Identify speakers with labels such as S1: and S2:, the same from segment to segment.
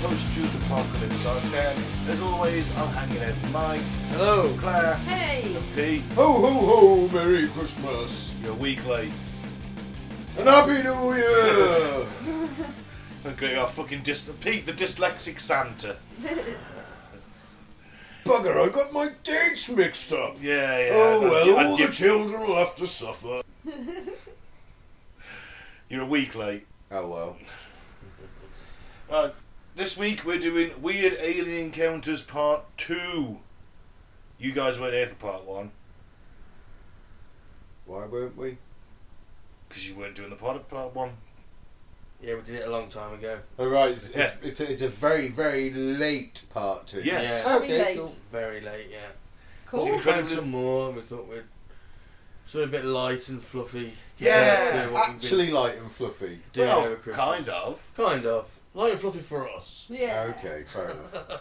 S1: host Jude Apocalypse. I'm Dan. As always, I'm hanging out with Mike,
S2: Hello.
S1: Claire,
S3: Hey!
S1: and Pete.
S4: Ho ho ho, Merry Christmas
S1: You're a week late.
S4: and Happy New Year!
S1: Okay, I fucking dis- Pete, the dyslexic Santa.
S4: Bugger, I got my dates mixed up.
S1: Yeah, yeah.
S4: oh
S1: I'd-
S4: well,
S1: I'd
S4: all the
S1: give-
S4: children will have to suffer.
S1: You're a week late.
S4: Oh well.
S1: Right. This week we're doing Weird Alien Encounters Part 2. You guys weren't here for Part 1
S4: Why weren't we?
S1: because you weren't doing the pod at Part 1.
S2: Yeah, we did it a long time ago.
S4: All Oh, right, it's,
S1: Yeah.
S4: it's, it's, a, it's a very, very late part two.
S1: Yes.
S2: Yeah.
S3: Very late.
S2: Very late, yeah.
S1: It's
S3: Cool.
S1: incredible.
S2: We tried some more, and we thought we'd sort of a bit light and fluffy.
S1: Yeah,
S2: compared to what we've been
S4: Actually light and fluffy.
S2: doing
S1: well,
S2: over Christmas.
S1: kind of.
S2: Kind of. Light and fluffy for us.
S3: Yeah.
S4: Okay, fair enough.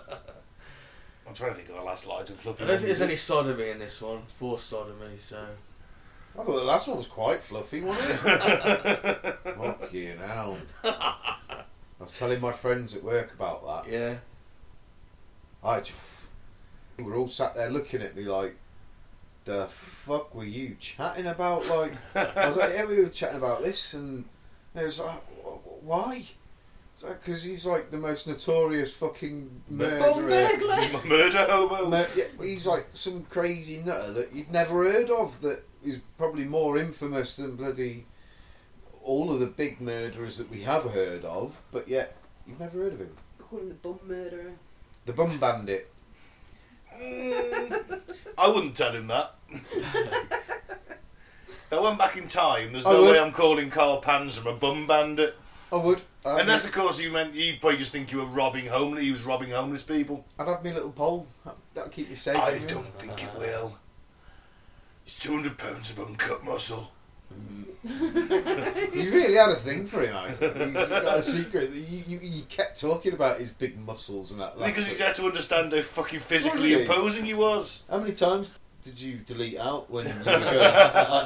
S1: I'm trying to think of the last light and fluffy.
S2: I don't
S1: one.
S2: think there's any sodomy in this one. For sodomy, so.
S4: I thought the last one was quite fluffy, wasn't it? Fuck you now. I was telling my friends at work about that.
S2: Yeah.
S4: I just, they were all sat there looking at me like, the fuck were you chatting about? Like, I was like, yeah, we were chatting about this, and they was like, "Wh- wh- why? Because he's like the most notorious fucking
S1: Mur-
S3: Bomb
S4: murderer.
S3: burglar.
S1: Murder hobo.
S4: Mur- yeah, he's like some crazy nutter that you'd never heard of. That is probably more infamous than bloody all of the big murderers that we have heard of. But yet, you've never heard of him.
S3: We call him the bum murderer.
S4: The bum bandit.
S1: Mm, I wouldn't tell him that. If I went back in time. There's
S4: I
S1: no
S4: would.
S1: way I'm calling Carl Panzer a bum bandit.
S4: I would. I'd
S1: Unless,
S4: have-
S1: of course, you meant you probably just think you were robbing homeless. He was robbing homeless people.
S4: I'd have me little pole. That- That'll keep you safe.
S1: I
S4: wouldn't it?
S1: don't think it will. It's two hundred pounds of uncut muscle.
S4: You really had a thing for him, I think. He's got a secret. that You, you, you kept talking about his big muscles and that. last
S1: Because
S4: week.
S1: you had to understand how fucking physically
S4: Wasn't he?
S1: imposing he was.
S4: How many times did you delete out when you were going? like,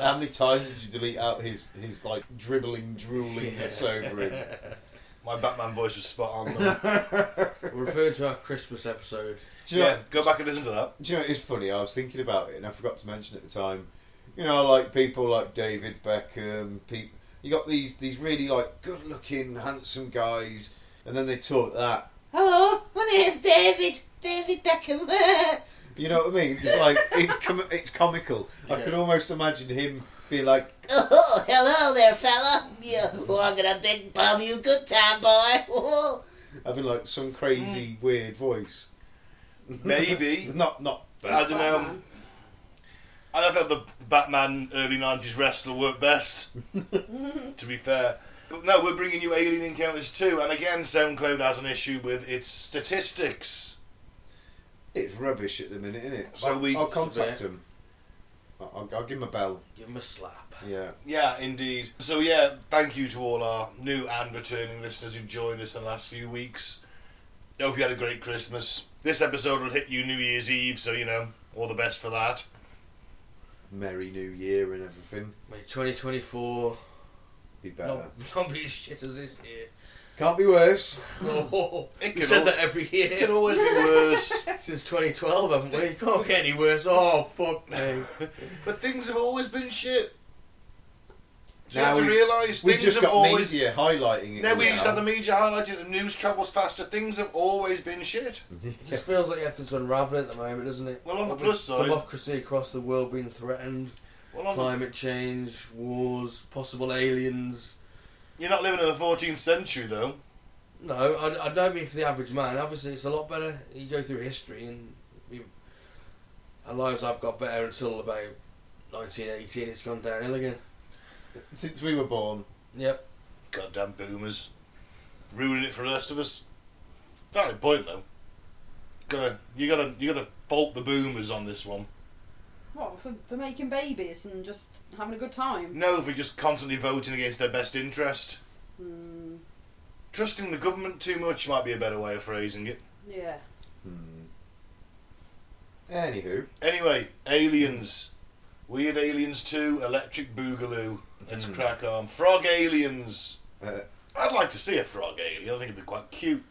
S4: how many times did you delete out his, his like dribbling, droolingness over him?
S1: My Batman voice was spot on.
S4: do,
S1: though.
S2: We're referring to our Christmas episode.
S4: you know,
S1: yeah, go back and listen to that.
S4: do you know it's funny? I was thinking about it and I forgot to mention at the time. You know, like people like David Beckham, people. You got these these really like good-looking, handsome guys, and then they talk that. Hello, my name's David. David Beckham. you know what I mean? It's like it's com- it's comical. I
S2: Yeah.
S4: could almost imagine him being like, "Oh, hello there, fella. Yeah, oh, I'm gonna big bum you good time, boy." Mm. Having like some crazy weird voice.
S1: Maybe.
S4: not not.
S1: I don't know. I thought the Batman early '90s wrestler worked best. to be fair, but no, we're bringing you Alien Encounters too, and again, SoundCloud has an issue with its statistics.
S4: It's rubbish at the minute, isn't it?
S1: So
S4: I'll,
S1: we-
S4: I'll contact him. I'll, I'll give him a bell.
S2: Give him a slap.
S4: Yeah.
S1: Yeah, indeed. So yeah, thank you to all our new and returning listeners who joined us in the last few weeks. I hope you had a great Christmas. This episode will hit you New Year's Eve, so you know all the best for that.
S4: Merry New Year and everything.
S2: May 2024
S4: Be better.
S2: not, not be as shit as this year.
S4: Can't be worse.
S2: Oh,
S1: It
S2: we
S1: could
S2: said
S1: al-
S2: that every
S1: It can
S2: year
S1: always be worse,
S2: since 2012, haven't we? Can't get any worse. Oh fuck me.
S1: but things have always been shit. Do you
S4: Now
S1: have to
S4: we-
S1: realise
S4: We
S1: things
S4: just
S1: have
S4: got
S1: always
S4: media highlighting it.
S1: Now we
S4: now.
S1: used to have the media highlighted, the news travels faster, things have always been shit.
S2: It just feels like everything's unravelling at the moment, doesn't it?
S1: Well, on the
S2: With
S1: plus side-
S2: democracy across the world being threatened,
S1: Well, on the-
S2: climate change, wars, possible aliens.
S1: you're not living in the 14th century though.
S2: No, I, I don't mean for the average man. Obviously, it's a lot better. You go through history, and we, our lives have got better until about 1918. It's gone downhill again.
S4: Since we were born.
S2: Yep.
S1: Goddamn boomers. Ruining it for the rest of us. Valid point though. Gotta, you gotta, you gotta fault the boomers on this one.
S3: What, for, for making babies and just having a good time?
S1: No, for just constantly voting against their best interest.
S3: Mm,
S1: Trusting the government too much might be a better way of phrasing it.
S3: yeah.
S4: Hmm. Anywho,
S1: Anyway, aliens. Weird Aliens 2, Electric Boogaloo. Let's
S4: Mhm.
S1: crack on. Frog Aliens.
S4: uh,
S1: I'd like to see a frog alien. I think it'd be quite cute.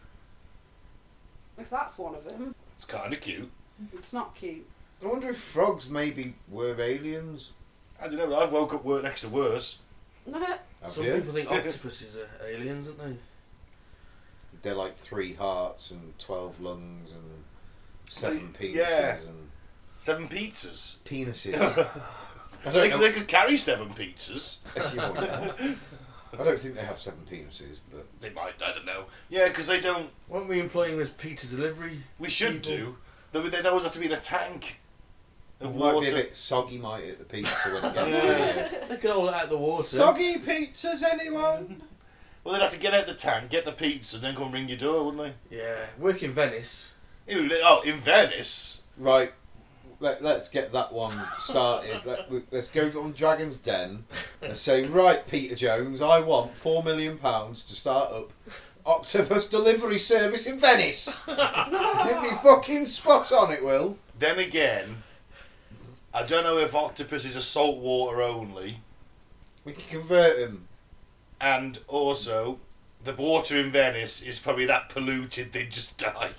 S3: If that's one of them,
S1: It's kind of cute.
S3: it's not cute.
S4: I wonder if frogs maybe were aliens.
S1: I don't know. I've woke up work next to worse.
S4: Have
S2: Some
S4: you?
S2: people think octopuses are aliens, aren't they?
S4: They're like three hearts and twelve lungs and seven
S1: They-
S4: penises
S1: yeah.
S4: and
S1: Seven pizzas.
S4: penises. I
S1: They,
S4: don't know.
S1: they could carry seven pizzas.
S4: I don't think they have seven penises, but
S1: They might. I don't know. Yeah, because they don't.
S2: Weren't we employing them as pizza delivery?
S1: We should
S2: People.
S1: do. They, they'd always have to be in a tank of
S4: it might
S1: water.
S4: be a bit soggy. Might at the pizza when it gets
S1: Yeah.
S4: to you.
S2: They could hold it out of the water.
S5: Soggy pizzas, anyone?
S1: Well, they'd have to get out the tank, get the pizza, and then come and ring your door, wouldn't
S2: Yeah, work in Venice.
S1: they? Ew, li- Oh, in Venice.
S4: Right. Let, let's get that one started. Let, we- let's go on Dragon's Den and say, right, Peter Jones, I want four million pounds to start up octopus delivery service in Venice. Hit me fucking spot on it, Will.
S1: Then again, I don't know if octopuses are saltwater only,
S4: We can convert him.
S1: and also the water in Venice is probably that polluted they'd just die.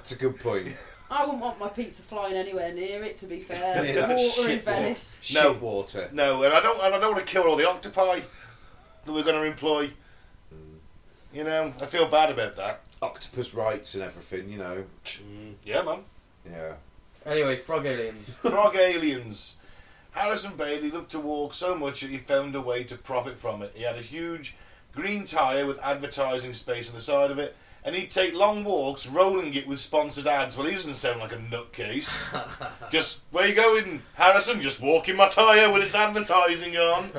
S4: It's a good point.
S3: I wouldn't want my pizza flying anywhere near it. To be fair,
S4: Yeah,
S3: the
S4: that
S3: water in
S4: shit wa-
S3: Venice.
S4: Shit
S1: No.
S4: water.
S1: No, and I don't. And I don't want to kill all the octopi that we're going to employ. You know, I feel bad about that.
S4: Octopus rights and everything, you know.
S1: Yeah, man.
S4: Yeah.
S2: Anyway, frog aliens.
S1: Frog aliens. Harrison Bailey loved to walk so much that he found a way to profit from it. He had a huge green tyre with advertising space on the side of it, and he'd take long walks rolling it with sponsored ads. Well, he doesn't sound like a nutcase. just, where you going, Harrison? Just walking my tyre with its advertising on.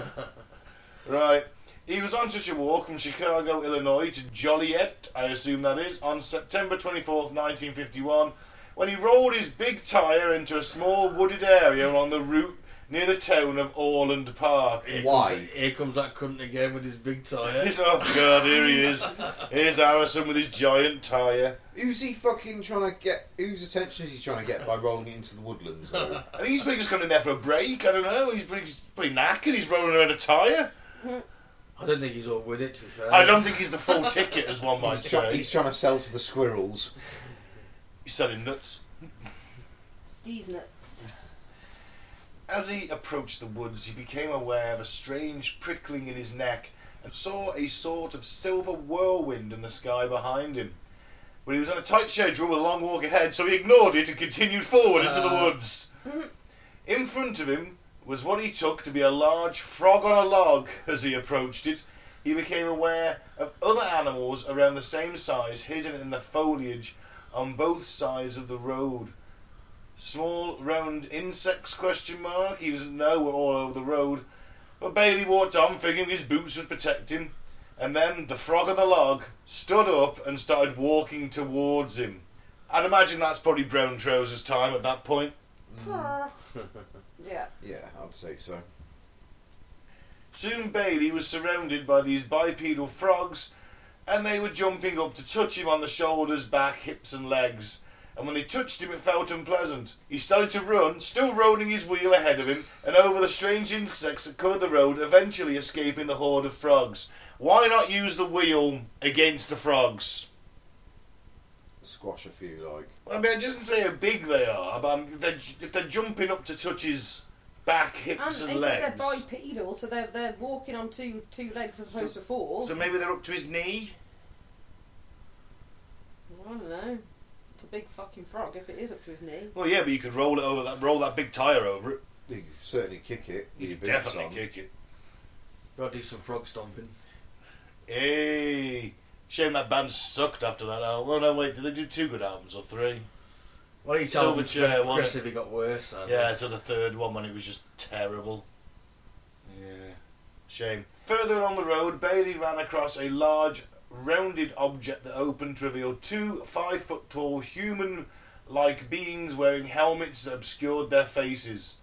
S1: right. He was on such a walk from Chicago, Illinois to Joliet, I assume that is, on September 24th, 1951 when he rolled his big tyre into a small wooded area along the route near the town of Orland Park.
S2: Here
S4: Why?
S2: Comes, here comes that cunt again with his big tyre.
S1: He's- oh god, here he is. Here's Harrison with his giant tyre.
S4: Who's he fucking trying to get? Whose attention is he trying to get by rolling it into the woodlands? Though?
S1: I think he's probably just coming there for a break. I don't know. He's pretty, he's pretty knackered. He's rolling around a tyre.
S2: I don't think he's all with it, to be fair.
S1: I don't think he's the full ticket, as one might
S4: He's, try,
S1: say.
S4: he's
S1: He's,
S4: trying to sell to the squirrels.
S1: selling nuts.
S3: These nuts.
S1: As he approached the woods, he became aware of a strange prickling in his neck and saw a sort of silver whirlwind in the sky behind him. But he was on a tight schedule with a long walk ahead, so he ignored it and continued forward into the
S2: Uh.
S1: woods. In front of him was what he took to be a large frog on a log. As he approached it, he became aware of other animals around the same size hidden in the foliage on both sides of the road. Small round insects? Question mark. He doesn't know we're all over the road, but Bailey walked on, figuring his boots would protect him. And then the frog on the log stood up and started walking towards him. I'd imagine that's probably brown trousers time at that point.
S3: Yeah.
S4: Yeah, I'd say so.
S1: Soon Bailey was surrounded by these bipedal frogs, and they were jumping up to touch him on the shoulders, back, hips, and legs. And when they touched him, it felt unpleasant. He started to run, still rolling his wheel ahead of him, and over the strange insects that covered the road, eventually escaping the horde of frogs. Why not use the wheel against the frogs?
S4: Squash a few, like.
S1: Well, I mean, it doesn't say how big they are, but um, if they're, if they're jumping up to touch his back,
S3: And it
S1: hips,
S3: says
S1: and,
S3: they're
S1: legs,
S3: bipedal, so they're they're walking on two two legs as opposed to four.
S1: so maybe they're up to his knee.
S3: I don't know. It's a big fucking frog if it is up to his knee.
S1: Well, yeah, but you could roll it over that, roll that big tire over it.
S4: You can certainly kick it. with
S1: You
S4: your
S1: could
S4: boots
S1: definitely
S4: on.
S1: kick it.
S2: Gotta do some frog stomping.
S1: Hey, shame that band sucked after that album. Well, no, wait, did they do two good albums or three?
S2: Well, each
S1: Silver
S2: album
S1: chair,
S2: pro-
S1: wasn't it?
S2: progressively got worse. hadn't
S1: Yeah,
S2: it?
S1: to the third one when it was just terrible. Yeah, shame. Further on the road, Bailey ran across a large, rounded object that opened to reveal two five-foot-tall human-like beings wearing helmets that obscured their faces.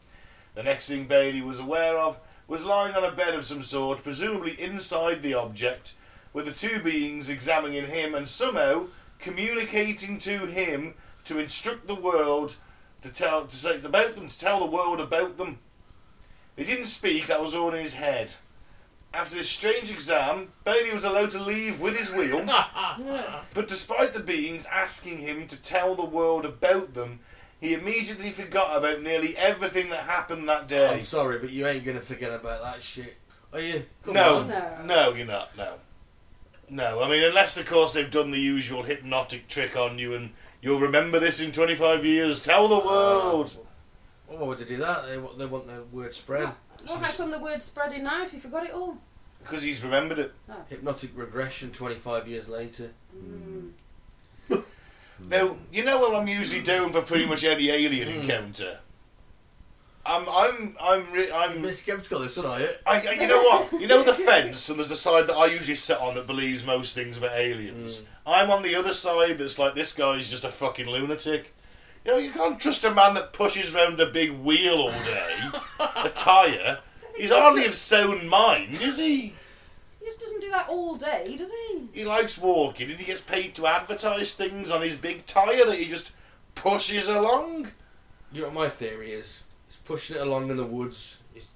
S1: The next thing Bailey was aware of was lying on a bed of some sort, presumably inside the object, with the two beings examining him and somehow communicating to him to instruct the world to tell to say about them, to tell the world about them. They didn't speak, that was all in his head. After this strange exam, Bailey was allowed to leave with his wheel, but despite the beings asking him to tell the world about them, he immediately forgot about nearly everything that happened that
S2: I'm
S1: day.
S2: sorry, but you ain't gonna forget about that shit, are you? Come
S1: no,
S2: on.
S3: Oh, No.
S1: no, you're not. No, no. I mean, unless of course they've done the usual hypnotic trick on you and you'll remember this in 25 years. Tell the world.
S2: Oh, would they do that? They, want- they want their word spread.
S3: Well, how come the word's spreading now if you forgot it all?
S1: Because he's remembered it.
S2: Hypnotic regression 25 years later.
S3: Mm.
S1: Now, you know what I'm usually doing for pretty much any alien encounter. I'm, I'm, I'm, re-
S2: I'm a
S1: I'm.
S2: bit sceptical, this one, are you?
S1: I, I- you know what? You know the fence, and there's the side that I usually sit on that believes most things about aliens. I'm on the other side that's like this guy's just a fucking lunatic. You know, you can't trust a man that pushes round a big wheel all day, a tyre. He's hardly of sound mind, is he?
S3: He just doesn't do that all day, does he?
S1: He likes walking and he gets paid to advertise things on his big tyre that he just pushes along.
S2: You know what my theory is? He's pushing it along in the woods. He's,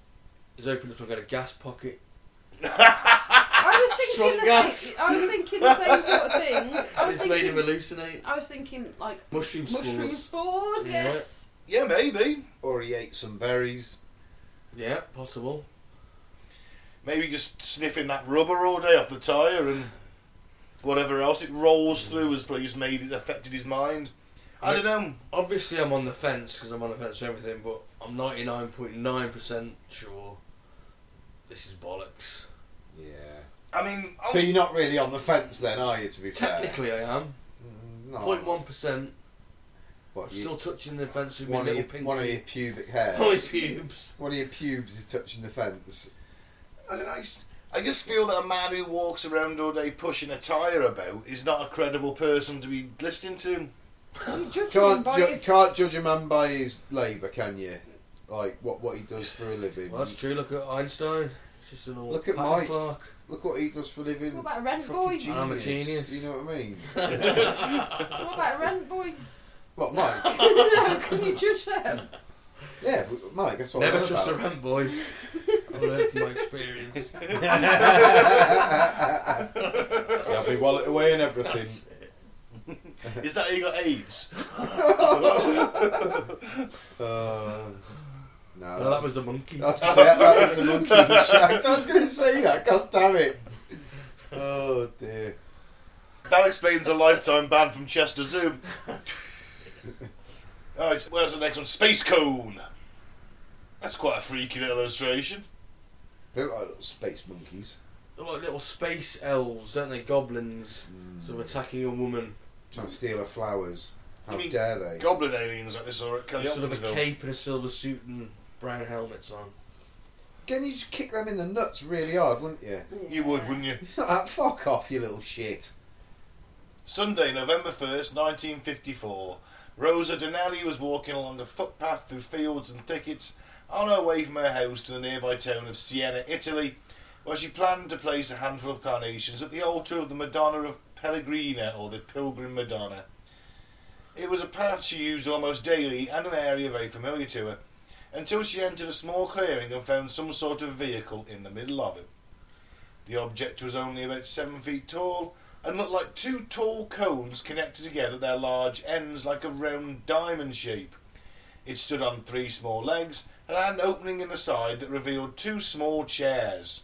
S2: he's opened up some kind of gas pocket.
S3: I was
S2: Swamp
S3: thinking the
S2: gas.
S3: same. I was thinking the same sort of thing. I was
S2: It's made him
S3: thinking.
S2: hallucinate.
S3: I was thinking like
S2: Mushroom spores.
S3: mushroom spores.
S2: Yeah.
S3: Yes.
S1: Yeah, maybe.
S4: Or he ate some berries.
S2: Yeah, possible.
S1: Maybe just sniffing that rubber all day off the tyre and whatever else it rolls through has probably just made it affected his mind. I don't know.
S2: Obviously, I'm on the fence because I'm on the fence for everything, but I'm 99.9% sure this is bollocks.
S4: Yeah.
S1: I mean, oh, I'm-
S4: So you're not really on the fence then, are you? To be fair.
S2: Oh. Technically, I am.
S4: Mm, no.
S2: 0.1%.
S4: What, you-
S2: Still touching the fence with my
S4: one, of
S2: little
S4: your,
S2: pink.
S4: one of your pubic hairs.
S2: My pubes.
S4: One of your pubes is touching the fence.
S1: I, don't know, I just- I just feel that a man who walks around all day pushing a tyre about is not a credible person to be listening to.
S3: You judge him
S4: Can't
S3: by
S4: ju-
S3: his-
S4: can't judge a man by his labour, can you? Like what what he does for a living.
S2: Well, that's true. Look at Einstein. He's Just an old
S4: Look at
S2: pattern
S4: Mike.
S2: clerk.
S4: Look what he does for a living.
S3: What about a rent
S4: Fucking
S3: boy?
S4: genius.
S2: I'm a genius.
S4: You know what I mean?
S3: What about a rent boy?
S4: What, Mike?
S3: no, can you judge them?
S4: yeah, w- Mike. Oh, That's what
S2: Never
S4: I'm
S2: trust a
S4: about.
S2: rent boy. I learned from my experience.
S4: Yeah, I'll be wallet away and everything.
S1: Is that how you got AIDS?
S4: Uh, no,
S2: No, that was the monkey.
S4: I was gonna say that, that was the monkey who shagged. I was going to say that. God damn it. Oh dear.
S1: That explains a lifetime ban from Chester Zoo. Alright, where's the next one? Space Cone! That's quite a freaky little illustration.
S4: They look like little space monkeys.
S2: They're like little space elves, don't they? Goblins. Sort of
S4: Hmm.
S2: attacking a woman.
S4: Trying to steal her flowers. How
S1: You mean
S4: dare they?
S1: Goblin aliens like this or at Kelly
S2: sort of a
S1: Hopkinsville.
S2: cape and a silver suit and brown helmets on.
S4: Can you just kick them in the nuts really hard, wouldn't you?
S1: You would, wouldn't you?
S4: It's not that. Fuck off, you little shit.
S1: Sunday, November 1st, 1954. Rosa Donnelly was walking along a footpath through fields and thickets on her way from her house to the nearby town of Siena, Italy, where she planned to place a handful of carnations at the altar of the Madonna of Pellegrina, or the Pilgrim Madonna. It was a path she used almost daily and an area very familiar to her, until she entered a small clearing and found some sort of vehicle in the middle of it. The object was only about seven feet tall and looked like two tall cones connected together at their large ends like a round diamond shape. It stood on three small legs and had an opening in the side that revealed two small chairs.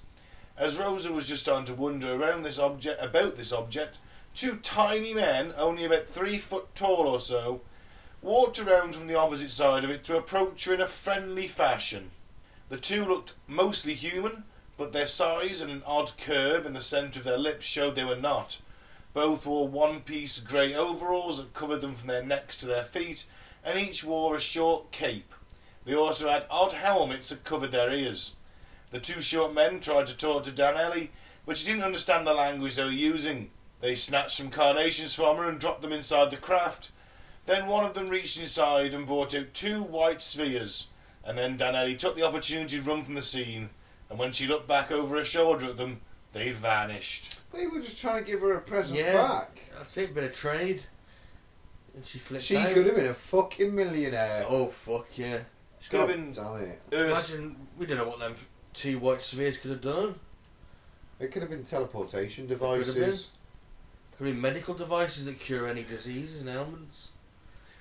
S1: As Rosa was just starting to wander around this object about this object, two tiny men, only about three foot tall or so, walked around from the opposite side of it to approach her in a friendly fashion. The two looked mostly human, but their size and an odd curve in the centre of their lips showed they were not. Both wore one piece grey overalls that covered them from their necks to their feet, and each wore a short cape. They also had odd helmets that covered their ears. The two short men tried to talk to Danelli, but she didn't understand the language they were using. They snatched some carnations from her and dropped them inside the craft. Then one of them reached inside and brought out two white spheres, and then Danelli took the opportunity to run from the scene, and when she looked back over her shoulder at them, they'd vanished.
S4: They were just trying to give her a present
S2: Yeah.
S4: back.
S2: That's it, bit of trade. And she flipped
S4: She
S2: out.
S4: could have been a fucking millionaire.
S2: Oh, fuck yeah.
S1: Could have been
S4: Damn it.
S1: Earth.
S2: Imagine, we don't know what them two white spheres could have done.
S4: It could have been teleportation
S2: have
S4: devices.
S2: Could be medical devices that cure any diseases and ailments.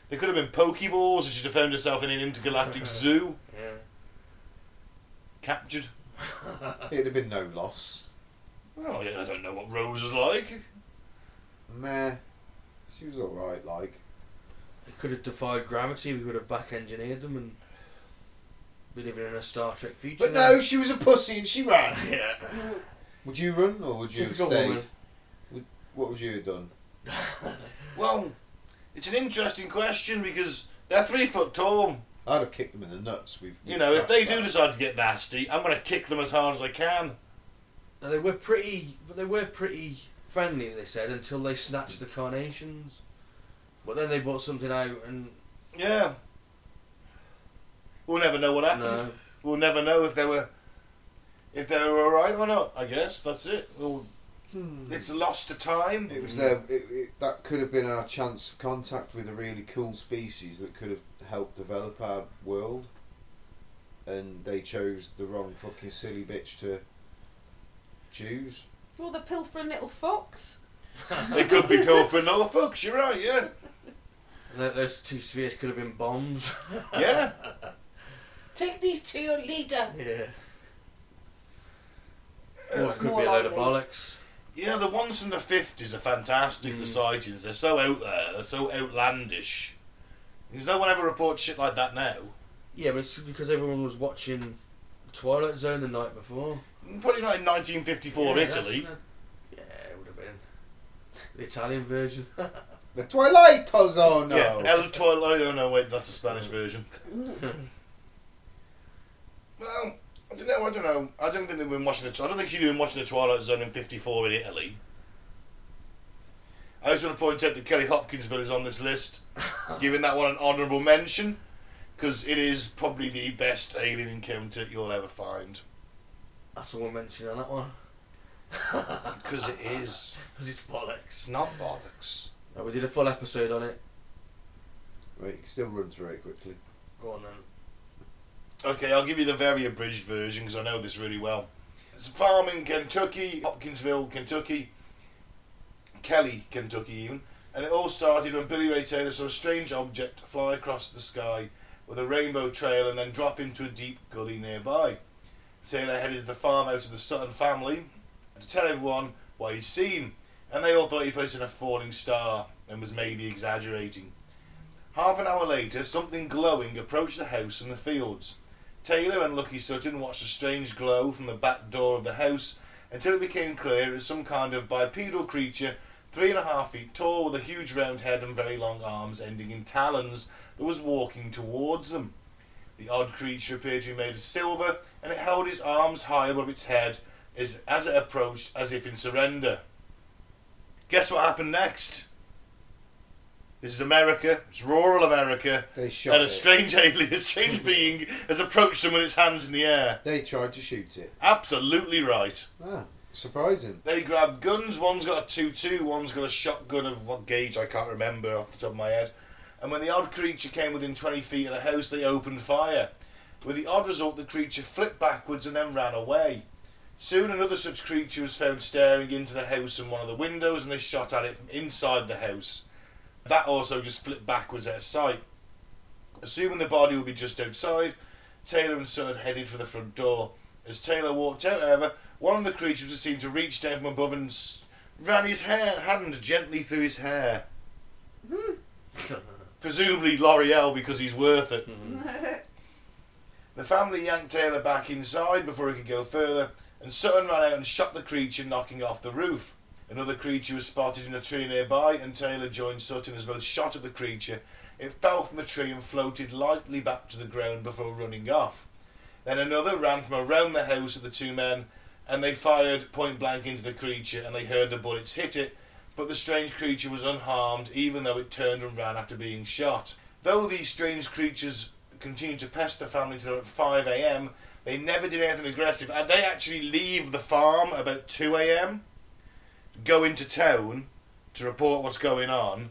S1: There could have been Pokeballs, and she'd have found herself in an intergalactic zoo,
S2: Yeah.
S1: captured.
S4: It'd have been no loss.
S1: Well, yeah, I don't know what Rose was like.
S4: Meh. She was alright, like.
S2: They could have defied gravity. We could have back engineered them and be living in a Star Trek future.
S4: But
S2: now.
S4: no, she was a pussy and she ran.
S1: Yeah.
S4: Would you run or would you
S2: typical
S4: have stayed?
S2: woman.
S4: What would you have done?
S1: Well, it's an interesting question because they're three foot tall.
S4: I'd have kicked them in the nuts. We've,
S1: You know, if they do
S4: this,
S1: decide to get nasty, I'm going to kick them as hard as I can.
S2: Now, they were pretty, but they were pretty friendly. They said until they snatched the carnations. But then they bought something out, and
S1: Yeah. We'll never know what happened.
S2: no,
S1: We'll never know if they were if they were all right or not. I guess that's it. We'll,
S4: Hmm.
S1: It's lost to time.
S4: It was their. It, it, that could have been our chance of contact with a really cool species that could have helped develop our world, and they chose the wrong fucking silly bitch to choose.
S3: Well, the pilfering little fox.
S1: It could be called for Norfolk. You're right. Yeah.
S2: and that those two spheres could have been bombs.
S1: Yeah.
S4: Take these to your leader.
S2: yeah.
S1: Uh,
S2: Or it could
S3: More
S2: be a load of
S3: likely.
S2: bollocks.
S1: Yeah, the ones from the fifties are fantastic. The
S2: Mm.
S1: sightings, they're so out there, they're so outlandish. There's no one ever reports shit like that now.
S2: Yeah, but it's because everyone was watching Twilight Zone the night before.
S1: Probably not in 1954
S2: Yeah,
S1: Italy.
S2: that's- Yeah, it would have been the Italian version.
S4: The Twilight Ozone. No.
S1: Yeah, El Twilight. Oh no, wait, that's the Spanish version. Well, I don't know. I don't know. I don't think they've been watching the. I don't think she'd been watching the Twilight Zone in '54 in Italy. I just want to point out that Kelly Hopkinsville is on this list, giving that one an honourable mention, because it is probably the best alien encounter you'll ever find.
S2: That's all we're mentioning on that one.
S1: Because it is.
S2: Because it's bollocks.
S1: It's not bollocks.
S2: No, we did a full episode on it.
S4: Right, you can still run through it quickly.
S2: Go on then.
S1: Okay, I'll give you the very abridged version because I know this really well. It's a farm in Kentucky, Hopkinsville, Kentucky, Kelly, Kentucky, even, and it all started when Billy Ray Taylor saw a strange object fly across the sky with a rainbow trail and then drop into a deep gully nearby. Taylor headed to the farmhouse of the Sutton family to tell everyone what he'd seen, and they all thought he'd placed in a falling star and was maybe exaggerating. Half an hour later, something glowing approached the house from the fields. Taylor and Lucky Sutton watched a strange glow from the back door of the house until it became clear it was some kind of bipedal creature, three and a half feet tall, with a huge round head and very long arms ending in talons, that was walking towards them. The odd creature appeared to be made of silver, and it held its arms high above its head as, as it approached, as if in surrender. Guess what happened next? This is America. It's rural America.
S4: They shot
S1: And a
S4: it.
S1: strange alien, a strange being, has approached them with its hands in the air.
S4: they tried to shoot it.
S1: Absolutely right.
S4: Ah, surprising.
S1: They grab guns. One's got a two-two. One's got a shotgun of what gauge I can't remember off the top of my head. And when the odd creature came within 20 feet of the house, they opened fire. With the odd result, the creature flipped backwards and then ran away. Soon, another such creature was found staring into the house from one of the windows, and they shot at it from inside the house. That also just flipped backwards out of sight. Assuming the body would be just outside, Taylor and Sutton headed for the front door. As Taylor walked out, however, one of the creatures was seen to reach down from above and s- ran his hair, hand gently through his hair. Presumably L'Oreal because he's worth it. The family yanked Taylor back inside before he could go further, and Sutton ran out and shot the creature, knocking off the roof. Another creature was spotted in a tree nearby, and Taylor joined Sutton as both shot at the creature. It fell from the tree and floated lightly back to the ground before running off. Then another ran from around the house at the two men, and they fired point blank into the creature, and they heard the bullets hit it, but the strange creature was unharmed, even though it turned and ran after being shot. Though these strange creatures continued to pester the family until about 5 a.m., they never did anything aggressive, and they actually leave the farm about 2 a.m., go into town to report what's going on.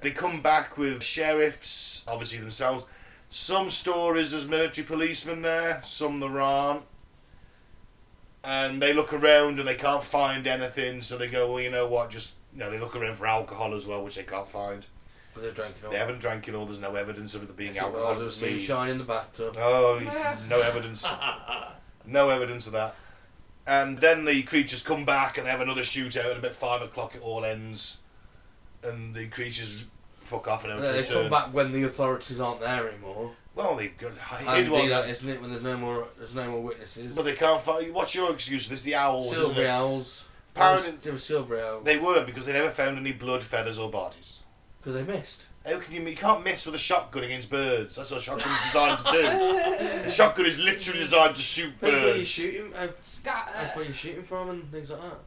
S1: They come back with sheriffs, obviously themselves. Some stories there's military policemen there, some there aren't. and they look around and they can't find anything, so they go, well, you know what, just you know, they look around for alcohol as well, which they can't find.
S2: But they're drinking all.
S1: They haven't drank it all. There's no evidence of it being
S2: As it
S1: alcohol.
S2: was,
S1: at the
S2: there's
S1: sea.
S2: moonshine in the bathtub.
S1: Oh, you can- no evidence. no evidence of that. And then the creatures come back and they have another shootout, and about five o'clock it all ends. And the creatures fuck off and
S2: No,
S1: never
S2: they
S1: return.
S2: come back when the authorities aren't there anymore.
S1: Well, they got
S2: And
S1: hid
S2: be
S1: one,
S2: that, isn't it? When there's no more, there's no more witnesses.
S1: but they can't find. What's your excuse? This the owls. isn't
S2: silver
S1: it?
S2: owls.
S1: Apparently-
S2: There were silver owls
S1: They were because they never found any blood, feathers, or bodies.
S2: because they missed.
S1: How can you? You can't miss with a shotgun against birds. That's what a shotgun's designed to do. A shotgun is literally designed to shoot
S2: But where you
S1: birds.
S2: shoot him? How, how far
S3: Scatter.
S2: you shooting from and things like that?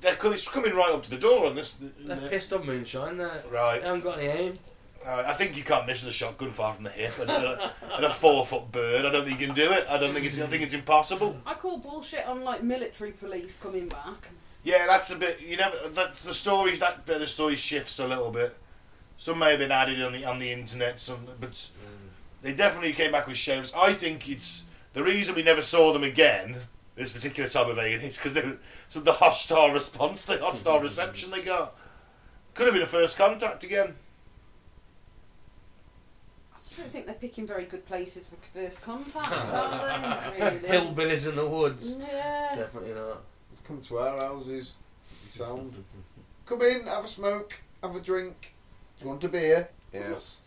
S1: They're co- it's coming right up to the door on this.
S2: They're pissed Um, on moonshine. They're,
S1: Right.
S2: they haven't got any aim.
S1: Uh, I think you can't miss with a shotgun far from the hip and a, and a four foot bird. I don't think you can do it. I don't think it's. I think it's impossible.
S3: I call bullshit on like military police coming back.
S1: Yeah, that's a bit. You never. That's the stories. That bit of the story shifts a little bit. Some may have been added on the on the internet. Some, but they definitely came back with sheriffs. I think it's the reason we never saw them again. This particular time of year is because so the hostile response, the hostile reception they got, could have been a first contact again.
S3: I just don't think they're picking very good places for first contact, are they? Really?
S2: Hillbillies in the woods.
S3: Yeah.
S2: Definitely not.
S4: Let's come to our houses. The sound. Come in, have a smoke, have a drink. Do you want a beer? Yes.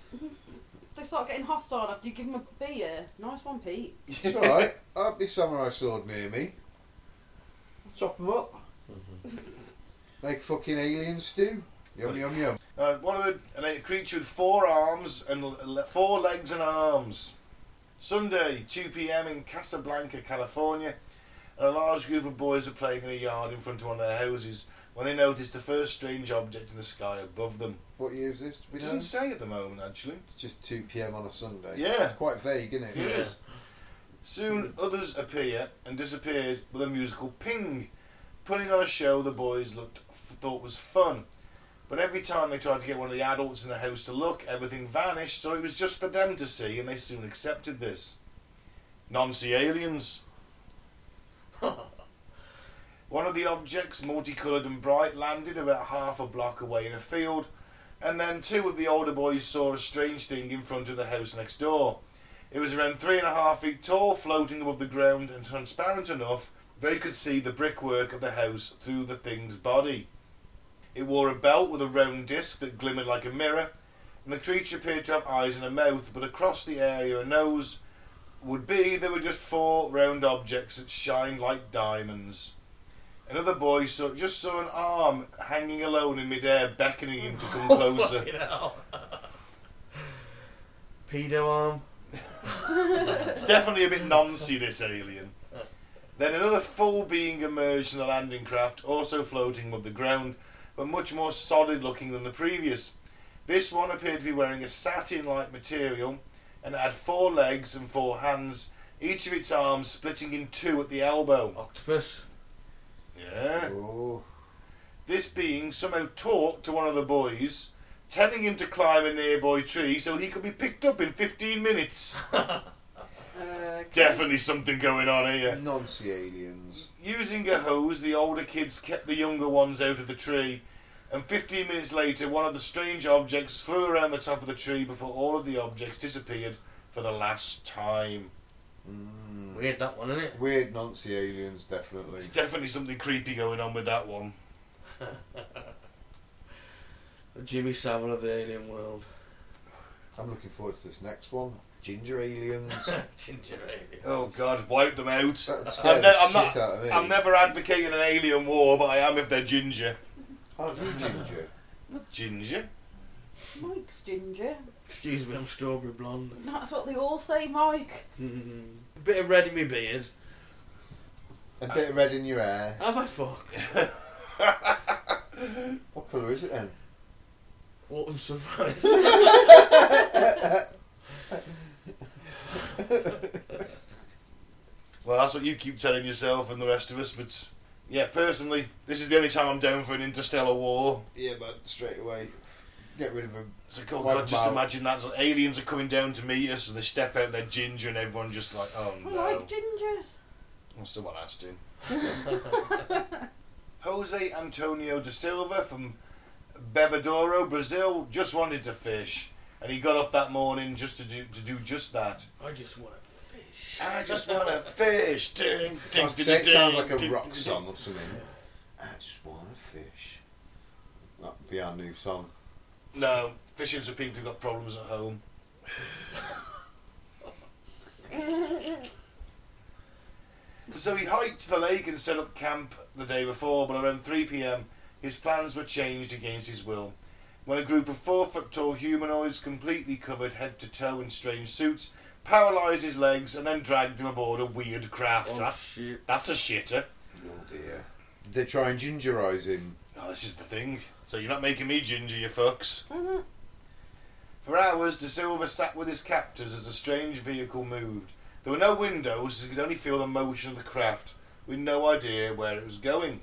S3: They start getting hostile after you give them a beer. Nice one, Pete.
S4: It's alright. I'll be samurai sword near me. I'll chop 'em up.
S1: Mm-hmm.
S4: Make fucking alien stew. Yum yum yum.
S1: Uh, one of the, and a creature with four arms and l- le- four legs and arms. Sunday, 2 p.m. in Casablanca, California. A large group of boys were playing in a yard in front of one of their houses when they noticed the first strange object in the sky above them.
S4: What year is this? Do we
S1: It
S4: know?
S1: doesn't say at the moment, actually.
S4: It's just 2 pm on a Sunday.
S1: Yeah.
S4: It's quite vague, isn't it?
S1: It is. Soon others appear and disappeared with a musical ping, putting on a show the boys looked thought was fun. But every time they tried to get one of the adults in the house to look, everything vanished, so it was just for them to see, and they soon accepted this. Nancy aliens. one of the objects, multicoloured and bright, landed about half a block away in a field, and then two of the older boys saw a strange thing in front of the house next door. It was around three and a half feet tall, floating above the ground, and transparent enough they could see the brickwork of the house through the thing's body. It wore a belt with a round disc that glimmered like a mirror, and the creature appeared to have eyes and a mouth, but across the area a nose would be there were just four round objects that shined like diamonds. Another boy saw, just saw an arm hanging alone in midair, beckoning him to come
S2: Oh
S1: closer.
S2: Fucking hell. Pedo arm.
S1: It's definitely a bit noncy, this alien. Then another full being emerged in the landing craft, also floating above the ground, but much more solid looking than the previous. This one appeared to be wearing a satin like material and it had four legs and four hands, each of its arms splitting in two at the elbow.
S2: Octopus.
S1: Yeah.
S4: Oh.
S1: This being somehow talked to one of the boys, telling him to climb a nearby tree so he could be picked up in 15 minutes.
S3: Uh,
S1: Definitely something going on here.
S4: Nancy aliens.
S1: Using a hose, the older kids kept the younger ones out of the tree, and 15 minutes later, one of the strange objects flew around the top of the tree before all of the objects disappeared for the last time.
S4: Mm.
S2: Weird that one, isn't it?
S4: Weird Nancy aliens, definitely.
S1: There's definitely something creepy going on with that one.
S2: The Jimmy Savile of the alien world.
S4: I'm looking forward to this next one. Ginger aliens.
S2: Ginger alien.
S1: Oh God, wipe them out.
S4: That
S1: I'm, ne-
S4: scared the
S1: I'm
S4: shit
S1: not.
S4: out of me.
S1: I'm never advocating an alien war, but I am if they're ginger.
S4: Aren't you Oh, ginger?
S1: Not ginger.
S3: Mike's ginger.
S2: Excuse me, I'm strawberry blonde.
S3: That's what they all say, Mike.
S2: A bit of red in my beard.
S4: A bit of red in your hair.
S2: Have I fuck?
S4: What colour is it then?
S2: Autumn sunrise.
S1: Well, that's what you keep telling yourself and the rest of us. But yeah, personally, this is the only time I'm down for an interstellar war.
S4: Yeah, but straight away. Get rid of him.
S1: So God,
S4: Wipe
S1: God, just
S4: them out.
S1: imagine that so aliens are coming down to meet us, and they step out their ginger, and everyone just like, oh
S3: I
S1: no,
S3: like gingers.
S1: Well, someone has to. Jose Antonio da Silva from Bebedouro, Brazil, just wanted to fish, and he got up that morning just to do to do just that.
S2: I just want to fish.
S1: I just want to fish. Ding, ding,
S4: Sounds,
S1: ding,
S4: it sounds
S1: ding,
S4: like a
S1: ding,
S4: rock
S1: ding,
S4: song or something. I just want to fish. That would be our new song.
S1: ding. No, fishing's for people who've got problems at home. so he hiked to the lake and set up camp the day before, but around 3 pm, his plans were changed against his will. When a group of four foot tall humanoids, completely covered head to toe in strange suits, paralysed his legs and then dragged him aboard a weird craft.
S2: Oh
S1: That-
S2: shit!
S1: that's a shitter.
S4: Oh dear. They try and gingerise him.
S1: Oh, this is the thing. So you're not making me ginger, you fucks. For hours, De Silva sat with his captors as the strange vehicle moved. There were no windows, so he could only feel the motion of the craft, with no idea where it was going.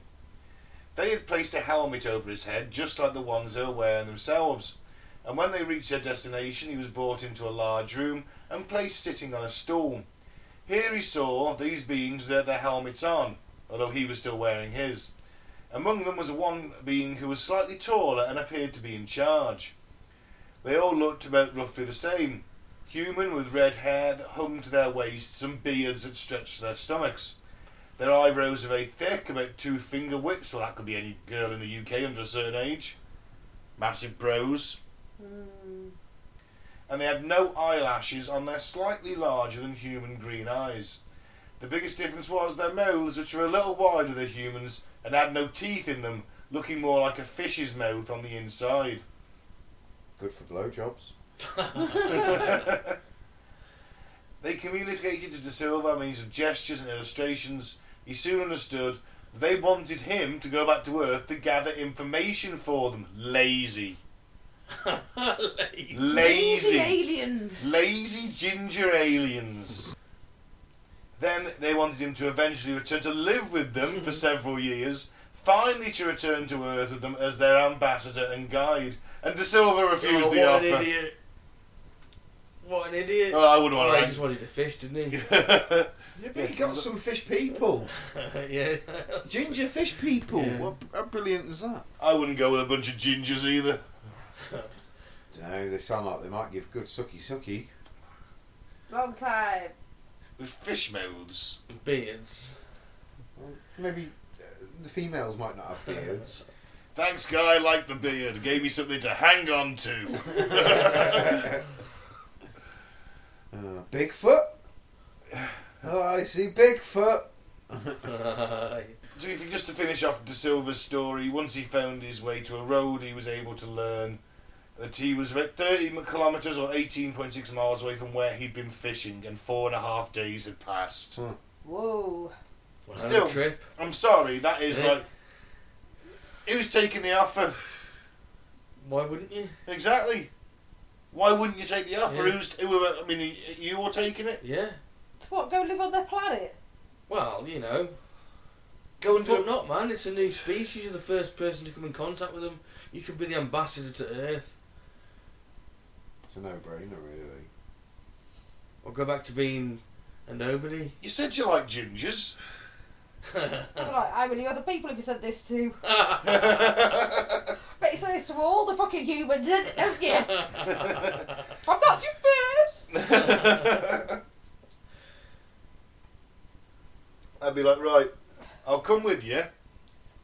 S1: They had placed a helmet over his head, just like the ones they were wearing themselves. And when they reached their destination, he was brought into a large room and placed sitting on a stool. Here he saw these beings with their helmets on, although he was still wearing his. Among them was one being who was slightly taller and appeared to be in charge. They all looked about roughly the same human with red hair that hung to their waists and beards that stretched to their stomachs. Their eyebrows are very thick, about two finger widths, well, that could be any girl in the UK under a certain age. Massive brows.
S3: Mm.
S1: And they had no eyelashes on their slightly larger than human green eyes. The biggest difference was their mouths, which were a little wider than humans and had no teeth in them, looking more like a fish's mouth on the inside.
S4: Good for blowjobs.
S1: They communicated to De Silva by means of gestures and illustrations. He soon understood that they wanted him to go back to Earth to gather information for them. Lazy.
S2: Lazy.
S1: Lazy.
S3: aliens.
S1: Lazy ginger aliens. Then they wanted him to eventually return to live with them for several years, finally to return to Earth with them as their ambassador and guide. And De Silva refused
S2: Oh,
S1: the
S2: what an
S1: offer.
S2: idiot! What an idiot!
S1: Oh, I wouldn't
S2: Oh,
S1: want
S2: he
S1: to
S2: just wanted to fish, didn't he?
S4: Yeah, but he got some fish people.
S2: yeah.
S4: Ginger fish people.
S2: Yeah.
S4: What, how brilliant is that?
S1: I wouldn't go with a bunch of gingers either.
S4: don't know, they sound like they might give good sucky sucky.
S3: Long time.
S1: With fish mouths.
S2: Beards.
S4: Maybe uh, the females might not have beards.
S1: Thanks, guy. Like the beard. Gave me something to hang on to.
S4: Uh, Bigfoot? Oh, I see Bigfoot.
S1: So if you- just to finish off De Silva's story, once he found his way to a road, he was able to learn that he was about 30 mi- kilometres or 18.6 miles away from where he'd been fishing, and four and a half days had passed.
S2: Hmm.
S3: Whoa.
S2: Well,
S1: Still.
S2: Still. Trip.
S1: I'm sorry, that is
S2: Yeah.
S1: like. Who's taking the offer?
S2: Why wouldn't you?
S1: Exactly. Why wouldn't you take the offer?
S2: Yeah.
S1: Who's, who, I mean, y- you were taking it?
S2: Yeah.
S3: So what, go live on their planet?
S2: Well, you know.
S1: Go and do
S2: Fuck not, man. It's a new species. You're the first person to come in contact with them. You could be the ambassador to Earth.
S4: It's a no brainer, really.
S2: Or go back to being a nobody.
S1: You said you like gingers.
S2: Uh.
S3: I'm like, how many other people have you said this to?
S1: I've
S3: But you say this to all the fucking humans, don't don't you? I'm not your first.
S1: be like, right, I'll come with you,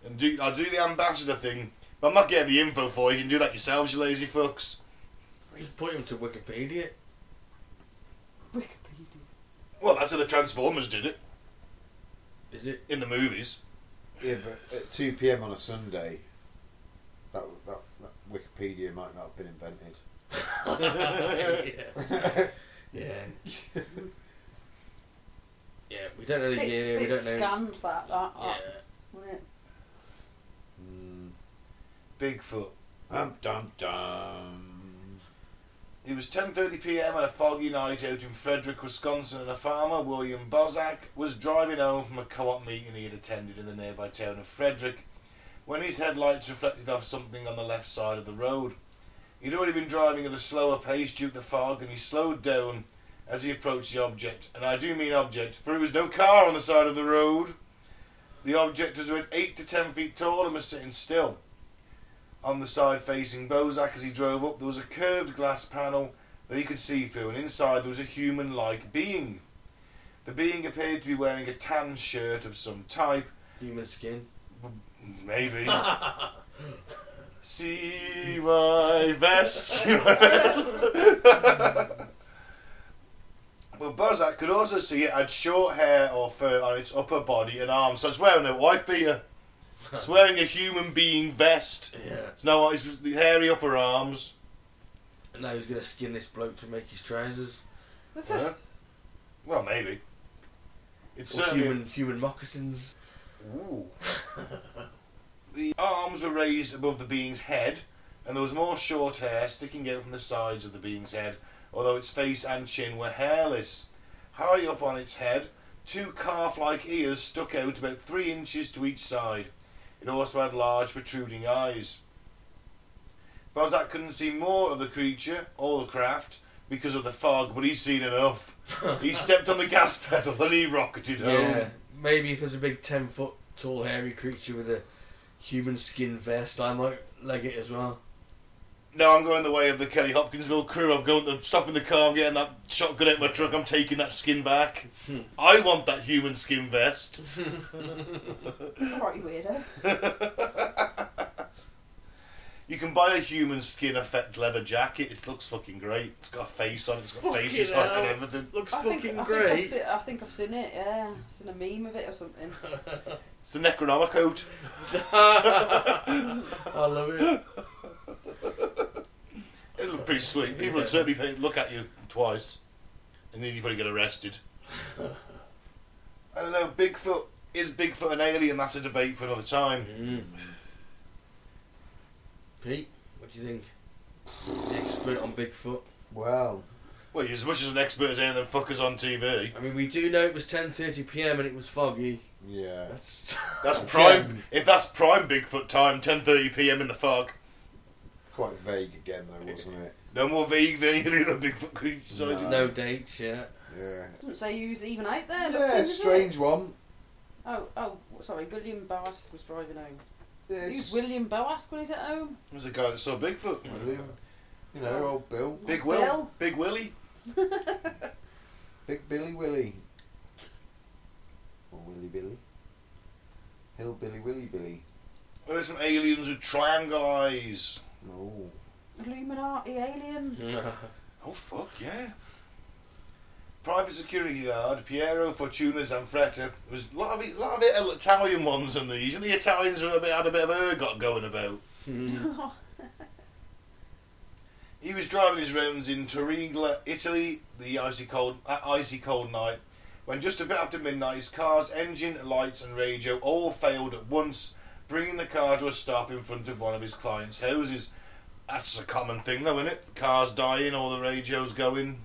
S1: and do I'll do the ambassador thing. But I'm not getting the info for you. You can do that yourselves, you lazy fucks.
S2: Just put him to Wikipedia.
S3: Wikipedia.
S1: Well, that's how the Transformers did it
S2: Is it?
S1: in the movies.
S4: Yeah, but at 2 pm on a Sunday, that, that, that Wikipedia might not have been invented.
S2: yeah. yeah. Yeah. We don't know the
S3: It's,
S2: year. We
S3: it's
S2: don't know.
S3: scanned that, that,
S2: Yeah.
S3: that. wouldn't it?
S4: Mm.
S1: Bigfoot.
S4: Um, dum dum.
S1: It was 10:30 p.m. on a foggy night out in Frederick, Wisconsin, and a farmer, William Bozak, was driving home from a co-op meeting he had attended in the nearby town of Frederick, when his headlights reflected off something on the left side of the road. He'd already been driving at a slower pace due to the fog, and he slowed down as he approached the object, and I do mean object, for there was no car on the side of the road. The object was about eight to ten feet tall and was sitting still. On the side facing Bozak as he drove up, there was a curved glass panel that he could see through, and inside there was a human like being. The being appeared to be wearing a tan shirt of some type,
S2: Human skin.
S1: Maybe. See my vest. See my vest. well, Bozak could also see it had short hair or fur on its upper body and arms. So it's wearing a wife beater. It's wearing a human being vest.
S2: Yeah.
S1: It's now it's the hairy upper arms.
S2: And now he's gonna skin this bloke to make his trousers.
S3: That's
S1: Huh? Well, maybe. It's
S2: Or
S1: certainly
S2: human human moccasins.
S1: Ooh. the arms were raised above the being's head, and there was more short hair sticking out from the sides of the being's head, although its face and chin were hairless. High up on its head, two calf like ears stuck out about three inches to each side. It also had large protruding eyes. Bozak couldn't see more of the creature or the craft because of the fog, but he's seen enough. he stepped on the gas pedal and he rocketed
S2: Yeah.
S1: home.
S2: Maybe if there's a big ten foot tall hairy creature with a human skin vest, I might leg it as well.
S1: No, I'm going the way of the Kelly Hopkinsville crew. I'm going to stopping the car. I'm getting that shotgun out my truck. I'm taking that skin back.
S2: Hmm.
S1: I want that human skin vest.
S3: Alright, you weirdo.
S1: You can buy a human skin effect leather jacket. It looks fucking great. It's got a face on it. It's got
S2: Fucking
S1: faces on it
S2: hell.
S1: and everything.
S2: Looks
S3: I think, I, think I've seen, I think I've seen it, yeah. I've seen a meme of it or something.
S1: It's the Necronomicon.
S2: I love it.
S1: It looked pretty sweet. People would certainly pay, look at you twice, and then you probably get arrested. I don't know. Bigfoot is Bigfoot an alien? That's a debate for another time.
S2: Mm. Pete, what do you think? The expert on Bigfoot.
S4: Well,
S1: Well, you're as much as an expert as any of them fuckers on TV.
S2: I mean, we do know it was 10:30 p.m. and it was foggy.
S4: yeah.
S2: That's
S1: That's prime. If that's prime Bigfoot time, 10:30 p.m. in the fog.
S4: Quite vague again, though, wasn't it?
S1: No more vague than any of the Bigfoot creatures. So I didn't-
S2: no dates yet.
S4: Yeah.
S3: Doesn't say he was even out there. looking,
S4: Yeah,
S3: does it?
S4: strange one.
S3: Oh, oh, sorry. William Barsk was driving home. He was
S4: Yes.
S3: William Barsk when he's at home.
S1: There's a guy that saw Bigfoot.
S4: William. You know, old Bill.
S1: Big
S3: Bill.
S1: Will. Big Willie.
S4: Big Billy Willie. Or Willy Billy. Hill Billy Willy Billy.
S1: Oh, There's some aliens with triangle eyes.
S4: No.
S3: Illuminati aliens.
S1: Oh fuck yeah. Private security guard Piero Fortuna Zanfretta was a lot of it- lot of it Italian ones in these. The Italians were a bit had a bit of ergot going about.
S2: Mm.
S1: He was driving his rounds in Torigla, Italy, the icy cold, uh, icy cold night, when just a bit after midnight, his car's engine, lights, and radio all failed at once, bringing the car to a stop in front of one of his clients' houses. That's a common thing, though, isn't it? The car's dying, all the radio's going.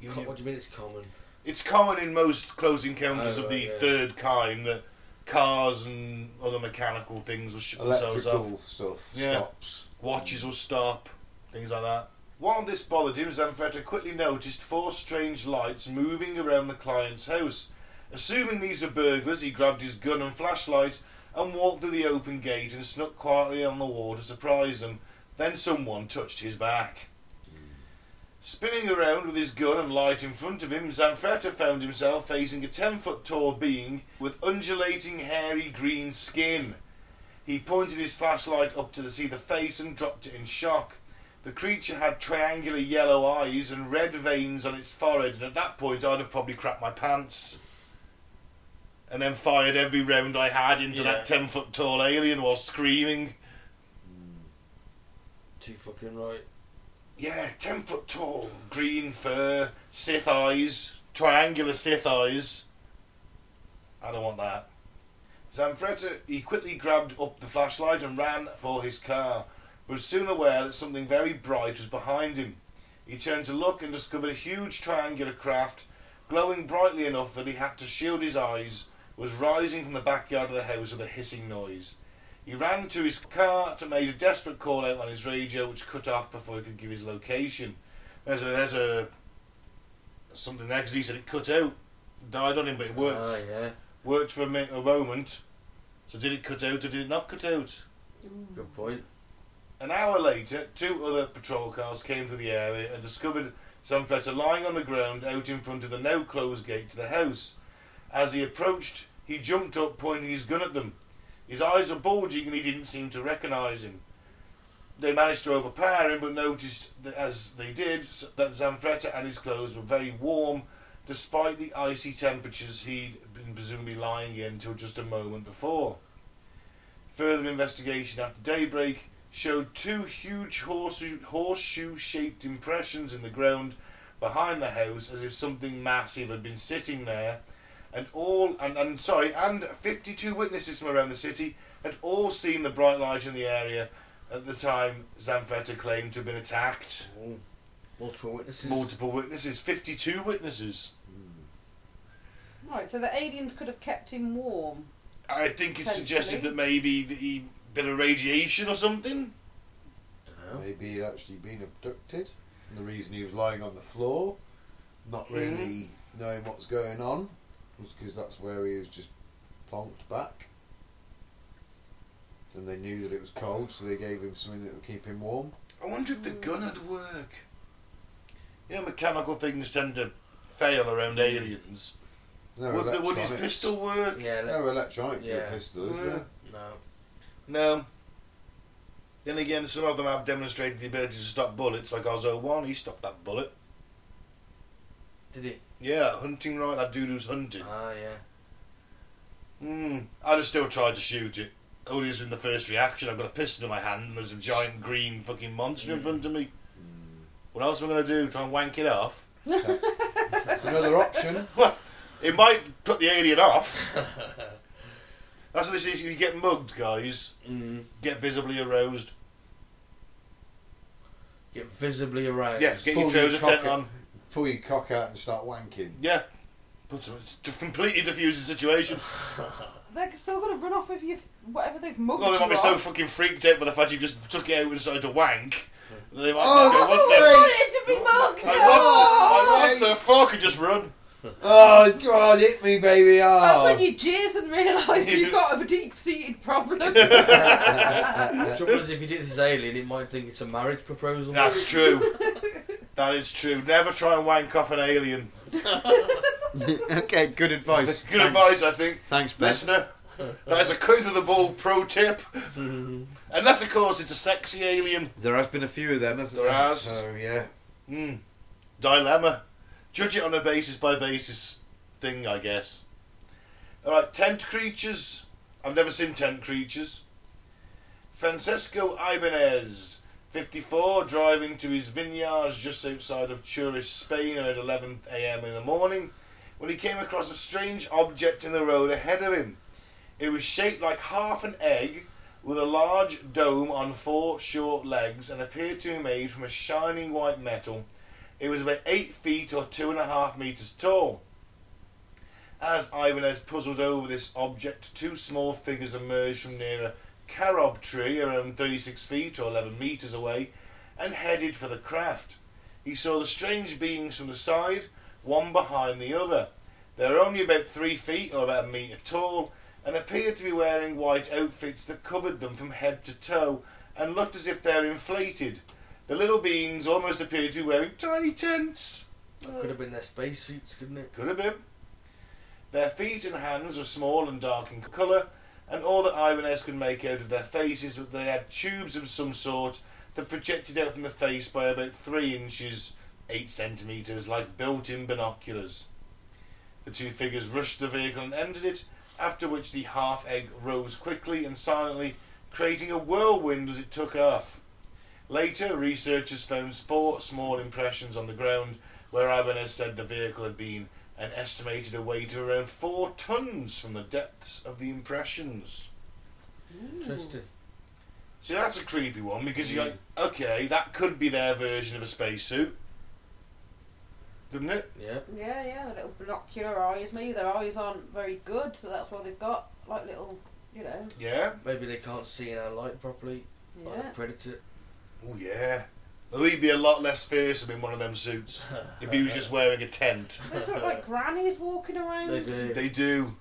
S1: You-
S2: Co- what do you mean it's common?
S1: It's common in most close encounters
S2: Oh,
S1: of the
S2: right, yeah.
S1: third kind that cars and other mechanical things will shut themselves off
S4: Electrical stuff
S1: Yeah.
S4: stops.
S1: watches will stop, things like that. While this bothered him, Zanfetta quickly noticed four strange lights moving around the client's house. Assuming these were burglars, he grabbed his gun and flashlight and walked through the open gate and snuck quietly on the wall to surprise them. Then someone touched his back. Spinning around with his gun and light in front of him, Zanfretta found himself facing a ten foot tall being with undulating hairy green skin. He pointed his flashlight up to the- see the face and dropped it in shock. The creature had triangular yellow eyes and red veins on its forehead, and at that point I'd have probably crapped my pants. And then fired every round I had into that
S2: Yeah.
S1: ten foot tall alien while screaming.
S2: Too fucking right.
S1: Yeah, ten foot tall, green fur, Sith eyes, triangular Sith eyes. I don't want that. Zanfretta, he quickly grabbed up the flashlight and ran for his car, but was soon aware that something very bright was behind him. He turned to look and discovered a huge triangular craft, glowing brightly enough that he had to shield his eyes, was rising from the backyard of the house with a hissing noise. He ran to his car to make a desperate call out on his radio, which cut off before he could give his location. There's a there's a something there because he said it cut out, died on him, but it worked.
S2: Oh, yeah.
S1: Worked for a, min- a moment. So did it cut out or did it not cut out?
S2: Good point.
S1: An hour later, two other patrol cars came to the area and discovered Sam Fletcher lying on the ground out in front of the now closed gate to the house. As he approached, he jumped up, pointing his gun at them. His eyes were bulging and he didn't seem to recognise him. They managed to overpower him, but noticed that as they did s- that Zamfretta and his clothes were very warm, despite the icy temperatures he'd been presumably lying in till just a moment before. Further investigation after daybreak showed two huge horseshoe, horseshoe-shaped impressions in the ground behind the house, as if something massive had been sitting there. And all, and, and sorry, and 52 witnesses from around the city had all seen the bright light in the area at the time Zanfetta claimed to have been attacked.
S2: Ooh. Multiple witnesses.
S1: Multiple witnesses, 52 witnesses.
S3: Right, so the aliens could have kept him warm.
S1: I think it's suggested
S3: Potentially.
S1: that maybe that he bit of radiation or something.
S2: Dunno.
S4: Maybe he'd actually been abducted. And the reason he was lying on the floor, not
S1: Mhm.
S4: really knowing what's going on, was because that's where he was just plonked back. And they knew that it was cold, so they gave him something that would keep him warm.
S1: I wonder if the
S4: Hmm.
S1: gun would work. You know, mechanical things tend to fail around aliens.
S4: Hmm. No
S1: would, the, would his
S4: electronics.
S1: pistol work?
S2: Yeah, let-
S4: No electronics in a
S2: Yeah.
S4: pistol, is there?
S2: no.
S1: No. Then again, some of them have demonstrated the ability to stop bullets, like Oz 01, he stopped that bullet.
S2: Did he?
S1: Yeah, hunting right, that dude who's hunting.
S4: Uh-huh.
S2: Ah, yeah.
S1: Mm, I'd have still tried to shoot it. Only as in the first reaction, I've got a pistol in my hand and there's a giant green fucking monster
S4: Hmm.
S1: in front of me. What else am I going to do? Try and wank it off?
S4: That's another option.
S1: It might put the alien off. That's what this is. You get mugged, guys.
S2: mm.
S1: Get visibly aroused.
S2: Get visibly aroused.
S1: Yeah, get your
S4: Pull your
S1: trouser tent
S4: cock
S1: on.
S4: Pull your cock out and start wanking.
S1: Yeah. Puts it to completely diffuse the situation.
S3: They're still going to run off of you, whatever they've mugged
S1: Oh, they might
S3: you
S1: be so
S3: off.
S1: fucking freaked out by the fact you just took it out and decided to wank. They might
S4: Oh,
S1: go,
S3: That's
S1: what
S3: what
S1: the...
S3: we
S4: f-
S3: wanted to be mugged!
S1: Like,
S3: Oh!
S1: what, like, what the fuck? And just run.
S4: Oh God, hit me, baby! Oh.
S3: That's when you jeers and realise you've got a deep seated problem.
S2: The trouble is, if you do this as alien, it might think it's a marriage proposal.
S1: That's true. that is true. Never try and wank off an alien.
S4: okay, good advice.
S1: Good
S4: Thanks.
S1: advice, I think.
S4: Thanks, Ben.
S1: Listener, that is a cut to the ball pro tip. Unless, of course, it's a sexy alien.
S4: There has been a few of them, hasn't
S1: There
S4: there?
S1: has.
S4: So yeah,
S1: Hmm. Dilemma. Judge it on a basis by basis thing, I guess. Alright, tent creatures. I've never seen tent creatures. Francesco Ibanez, 54, driving to his vineyards just outside of Turis, Spain at 11am in the morning when he came across a strange object in the road ahead of him. It was shaped like half an egg with a large dome on four short legs and appeared to be made from a shining white metal. It was about eight feet or two and a half metres tall. As Ibanez puzzled over this object, two small figures emerged from near a carob tree around 36 feet or 11 metres away and headed for the craft. He saw the strange beings from the side, one behind the other. They were only about three feet or about a metre tall and appeared to be wearing white outfits that covered them from head to toe and looked as if they were inflated. The little beings almost appeared to be wearing tiny tents.
S2: That could have been their spacesuits, couldn't it?
S1: Could have been. Their feet and hands were small and dark in colour, and all that Ibanez could make out of their faces was that they had tubes of some sort that projected out from the face by about three inches, eight centimetres, like built in binoculars. The two figures rushed the vehicle and entered it, after which the half egg rose quickly and silently, creating a whirlwind as it took off. Later, researchers found four small impressions on the ground where Ibanez said the vehicle had been and estimated a weight of around four tons from the depths of the impressions.
S2: Interesting.
S1: See, that's a creepy one because you're like, okay, that could be their version of a spacesuit, couldn't it?
S2: Yeah.
S3: yeah, yeah, the little binocular eyes. Maybe their eyes aren't very good, so that's why they've got like little, you know.
S1: Yeah.
S2: Maybe they can't see in our light properly. Like
S3: Yeah.
S2: a predator.
S1: Oh yeah. He'd be a lot less fearsome in one of them suits if he was just wearing a tent.
S3: They look like grannies walking around.
S2: They do.
S1: They do.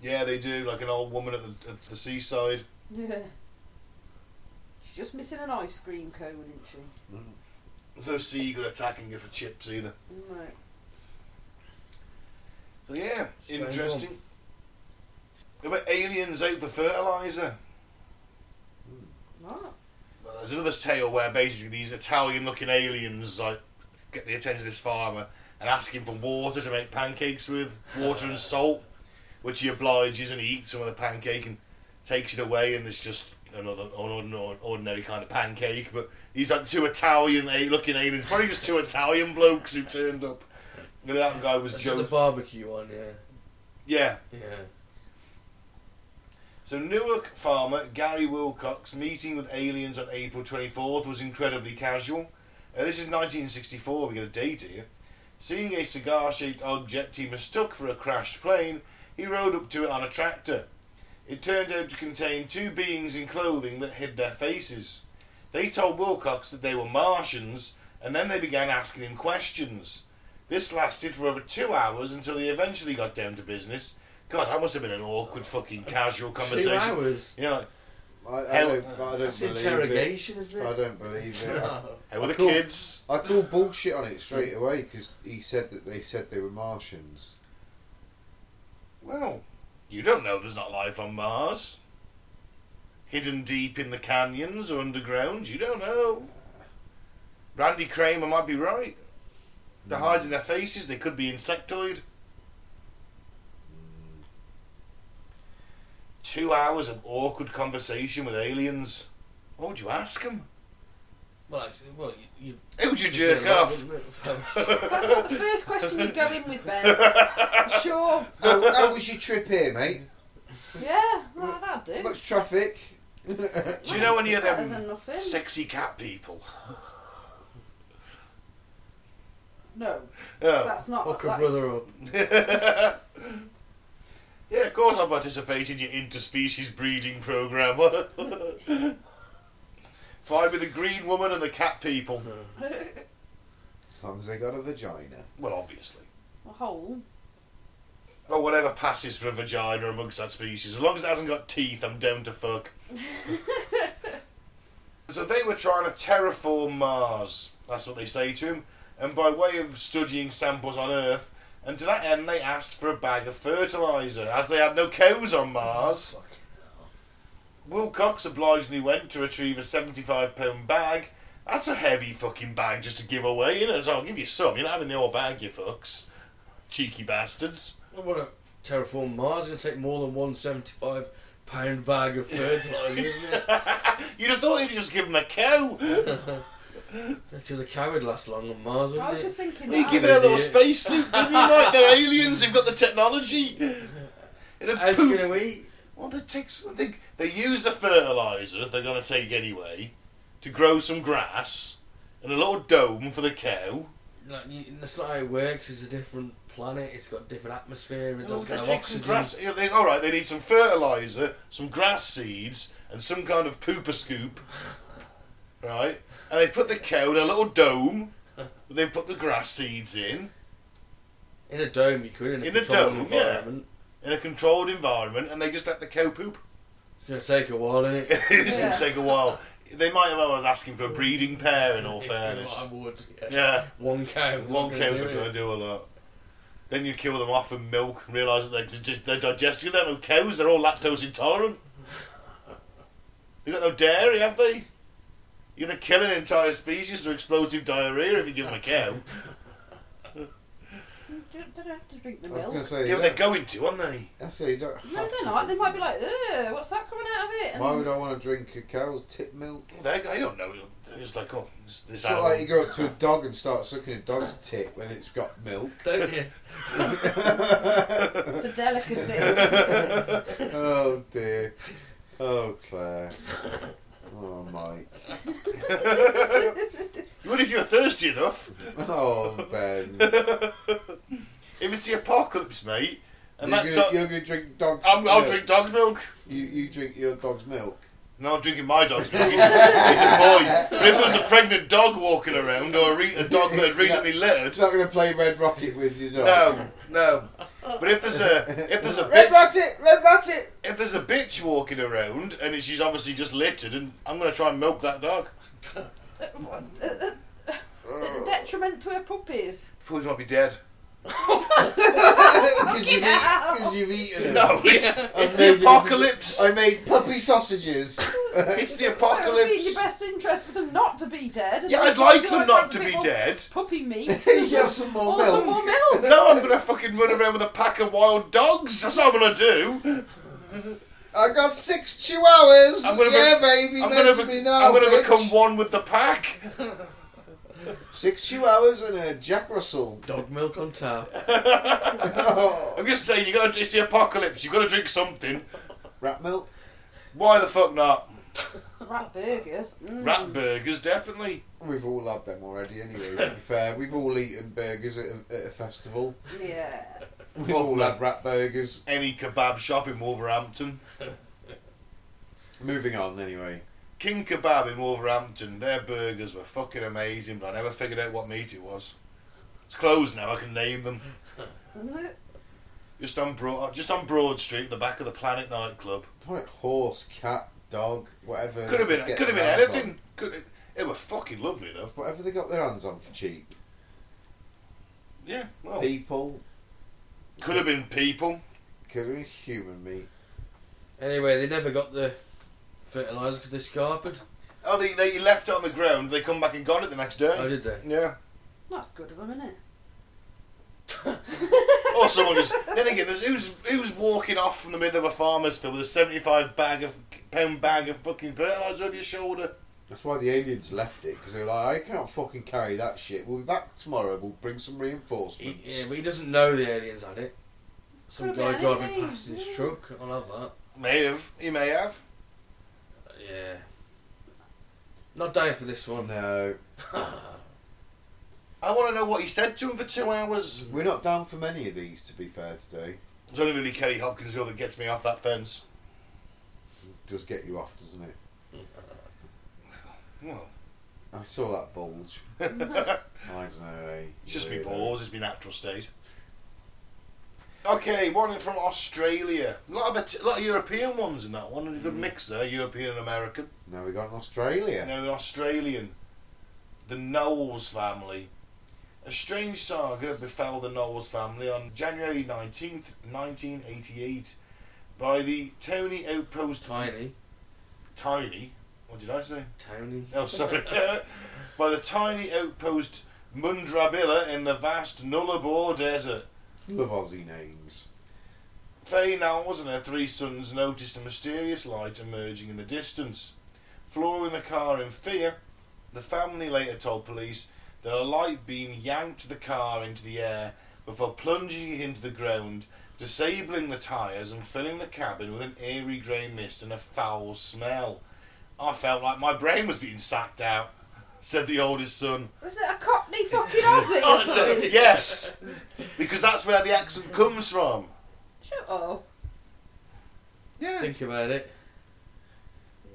S1: Yeah, they do. Like an old woman at the, at the seaside.
S3: Yeah. She's just missing an ice cream cone, isn't she?
S1: There's no seagull attacking her for chips either.
S3: No.
S1: So yeah,
S2: Strange
S1: interesting. There were aliens out for fertilizer.
S3: Not.
S1: Well, there's another tale where basically these Italian-looking aliens like get the attention of this farmer and ask him for water to make pancakes with water and salt, which he obliges and he eats some of the pancake and takes it away and it's just another an ordin- ordinary kind of pancake. But he's like two Italian-looking aliens, probably just two Italian blokes who turned up. And that guy was
S2: That's the
S1: Joe.
S2: barbecue one, yeah.
S1: Yeah.
S2: Yeah.
S1: So Newark farmer Gary Wilcox meeting with aliens on April 24th was incredibly casual. Uh, this is 1964, we get a date here. Seeing a cigar-shaped object he mistook for a crashed plane, he rode up to it on a tractor. It turned out to contain two beings in clothing that hid their faces. They told Wilcox that they were Martians, and then they began asking him questions. This lasted for over two hours until he eventually got down to business. God, that must have been an awkward fucking casual
S2: Two
S1: conversation.
S2: hours.
S1: You know, like,
S4: I, I
S1: Hell,
S4: don't, I don't
S2: That's
S4: believe
S2: interrogation, is
S4: it.
S2: isn't
S4: I
S2: it?
S4: don't believe it. I,
S2: No.
S1: how were the
S4: Cool.
S1: kids?
S4: I call bullshit on it straight away because he said that they said they were Martians.
S1: Well, you don't know there's not life on Mars. Hidden deep in the canyons or underground, you don't know. Randy Kramer might be right. They're hiding their faces, they could be insectoid. Two hours of awkward conversation with aliens. What would you ask them?
S2: Well, actually, well, you, you
S1: Who would you
S2: you'd
S1: jerk
S2: be a lot,
S1: off?
S2: wouldn't it?
S3: That's not the first question you go in with, Ben. Sure.
S4: How, how was your trip here, mate?
S3: Yeah, like that, dude.
S4: Much traffic?
S1: Do you know any of
S3: Better than
S1: them
S3: nothing.
S1: sexy cat people?
S3: No,
S1: Oh.
S3: that's not.
S2: Fuck a
S3: like-
S2: brother up.
S1: yeah, of course I participate in your interspecies breeding program. Find me the green woman and the cat people.
S4: As long as they got a vagina.
S1: Well, obviously.
S3: a hole.
S1: Well, whatever passes for a vagina amongst that species. As long as it hasn't got teeth, I'm down to fuck. so they were trying to terraform Mars. That's what they say to him. And by way of studying samples on Earth, and to that end, they asked for a bag of fertilizer, as they had no cows on Mars.
S2: Fucking
S1: Wilcox obligingly went to retrieve a 75 pound bag. That's a heavy fucking bag just to give away, you know. So I'll give you some. You're not having the whole bag, you fucks. Cheeky bastards.
S2: I want to terraform Mars. It's going to take more than one seventy-five pound bag of fertilizer, isn't it?
S1: You'd have thought he'd just give him a cow.
S2: Because the cow would last long on Mars,
S3: I
S2: wouldn't
S3: was
S2: it?
S3: just thinking
S1: He'd
S3: that.
S1: give him a little
S2: Idiot.
S1: space suit, didn't he? Like they're aliens, they've got the technology. It'd
S2: How's
S1: poop.
S2: it going to eat?
S1: Well, they take some, they, they use the fertilizer they're going to take anyway to grow some grass and a little dome for the cow.
S2: Like, you, that's not how it works. It's a different planet. It's got different atmosphere. It
S1: Well,
S2: doesn't
S1: they
S2: have
S1: take some
S2: oxygen.
S1: grass. yeah, They, all right, they need some fertilizer, some grass seeds, and some kind of pooper scoop, right? And they put the cow in a little dome. They put the grass seeds in
S2: In a dome, you could. In a,
S1: In a
S2: controlled
S1: dome, yeah.
S2: environment.
S1: in a controlled environment, and they just let the cow poop.
S2: It's going to take a while, isn't it?
S1: it's
S3: Yeah.
S1: gonna take a while. They might have always asking for a breeding pair. In all fairness,
S2: I would.
S1: yeah,
S2: One cow.
S1: one
S2: Gonna
S1: cows
S2: do
S1: are
S2: it.
S1: going to do a lot. Then you kill them off and milk and realise that they're, just, they're digesting. They're no cows. They're all lactose intolerant. They got no dairy, have they? You're going to kill an entire species for explosive diarrhea if you give them a cow.
S3: They don't have to drink the
S4: I was going to
S3: milk.
S4: say,
S1: Yeah, but they're
S4: yeah,
S1: going to, aren't they?
S4: I say, you don't
S3: No,
S4: have
S3: they're
S4: to
S3: not. They
S4: drink-
S3: might be like, ugh, what's that coming out of it?
S4: Why would I want to drink a cow's tit milk?
S1: They, I don't know. It's like oh, this, this
S4: It's not
S1: animal.
S4: like you go up to a dog and start sucking a dog's tit when it's got milk.
S2: Don't you?
S3: it's a delicacy.
S4: oh dear. Oh Claire. Oh Mike.
S1: You would if you were thirsty enough.
S4: Oh Ben.
S1: If it's the apocalypse, mate, and
S4: you're,
S1: that
S4: gonna,
S1: dog,
S4: you're gonna drink dog's
S1: I'm, I'll
S4: milk.
S1: drink dog's milk.
S4: You, you drink your dog's milk.
S1: No, I'm drinking my dog's drink. He's a, he's a boy. But if there was a pregnant dog walking around or a, re- a dog that had recently littered,
S4: It's not going to play Red Rocket with your dog.
S1: no, no. But if there's a if there's a
S4: Red
S1: bitch,
S4: Rocket, Red Rocket.
S1: if there's a bitch walking around and she's obviously just littered, and I'm gonna try and milk that dog.
S3: The detriment to her puppies.
S1: Puppies might be dead.
S4: Because you've,
S3: hell.
S4: eat- 'cause you've eaten them.
S1: No, it's,
S4: I
S1: it's
S4: made
S1: the
S4: it-
S1: apocalypse.
S4: I made puppy sausages.
S1: Oh, It's the
S3: It would be in your
S1: apocalypse.
S3: best interest for them not to be dead. and
S1: Yeah, I'd
S3: then
S1: like
S3: you'd
S1: them
S3: have
S1: not to
S3: a bit
S1: be
S3: more
S1: dead.
S3: Puppy meat.
S4: you have some more
S3: Or
S4: milk.
S3: Oh, some more milk.
S1: No, I'm gonna fucking run around with a pack of wild dogs. That's what I'm gonna do.
S4: I got six chihuahuas.
S1: I'm gonna
S4: yeah,
S1: be-
S4: baby,
S1: I'm
S4: mess
S1: gonna,
S4: me
S1: be,
S4: now,
S1: I'm gonna
S4: bitch.
S1: become one with the pack.
S4: Six chihuahuas and a Jack Russell.
S2: Dog milk on tap.
S4: Oh,
S1: I'm just saying, you gotta. It's the apocalypse. You gotta drink something.
S4: rat milk.
S1: Why the fuck not?
S3: Rat burgers. Mm.
S1: Rat burgers, definitely.
S4: We've all had them already, anyway. To be fair, we've all eaten burgers at a, at a festival.
S3: Yeah.
S4: We've all had rat burgers.
S1: Any kebab shop in Wolverhampton.
S4: Moving on, anyway.
S1: King Kebab in Wolverhampton. Their burgers were fucking amazing, but I never figured out what meat it was. It's closed now. I can name them. Just on Broad, just on Broad Street, the back of the Planet nightclub.
S4: Like horse, cat, dog, whatever.
S1: Could have
S4: they
S1: been,
S4: get
S1: could have been
S4: their hands on.
S1: anything. Could, it, it were fucking lovely though.
S4: Whatever they got their hands on for cheap.
S1: Yeah, well,
S4: People,
S1: could have been people.
S4: could have been human meat.
S2: Anyway, they never got the fertiliser because they scarpered.
S1: Oh, they, they left it on the ground. They come back and got it the next day.
S2: Oh, did they?
S1: Yeah.
S3: That's good of them, isn't it?
S1: Or someone just. then again, there's, who's who's walking off from the middle of a farmer's field with a seventy-five bag of pound bag of fucking fertilizer over your shoulder?
S4: That's why the aliens left it because they were like, I can't fucking carry that shit. We'll be back tomorrow. We'll bring some
S2: He,
S4: reinforcements.
S2: yeah, but he doesn't know the aliens had it. Some
S3: Could have
S2: guy
S3: been
S2: driving
S3: anything,
S2: past in his
S3: yeah.
S2: truck. I'll have that.
S1: May have. He may have.
S2: Yeah. Not down for this one.
S4: No,
S1: I want to know what he said to him for two hours.
S4: we're not down for many of these. To be fair, today
S1: It's only really Kelly Hopkinsville that gets me off that fence.
S4: does get you off, doesn't it?
S1: Well,
S4: I saw that bulge. I don't know. Eh?
S1: it's just me
S4: Weirdo.
S1: balls. It's my natural state. Okay, one in from Australia. A lot of a lot of European ones in that one. A good mix there, European and American.
S4: Now we got an Australia.
S1: Now, an Australian, the Knowles family. A strange saga befell the Knowles family on January 19th, 1988, by the Tony Outpost
S2: Tiny.
S1: Tiny. What did I say?
S2: Tony.
S1: Oh, sorry. by the tiny outpost Mundrabilla in the vast Nullarbor Desert.
S4: Love Aussie names.
S1: Faye Nowles and her three sons noticed a mysterious light emerging in the distance. Flooring the car in fear, the family later told police that a light beam yanked the car into the air before plunging it into the ground, disabling the tyres and filling the cabin with an eerie grey mist and a foul smell. I felt like my brain was being sacked out, said the oldest son.
S3: Was it a Cockney fucking Aussie or
S1: Oh,
S3: something?
S1: yes, because that's where the accent comes from.
S3: Shut up.
S1: Yeah.
S2: Think about it.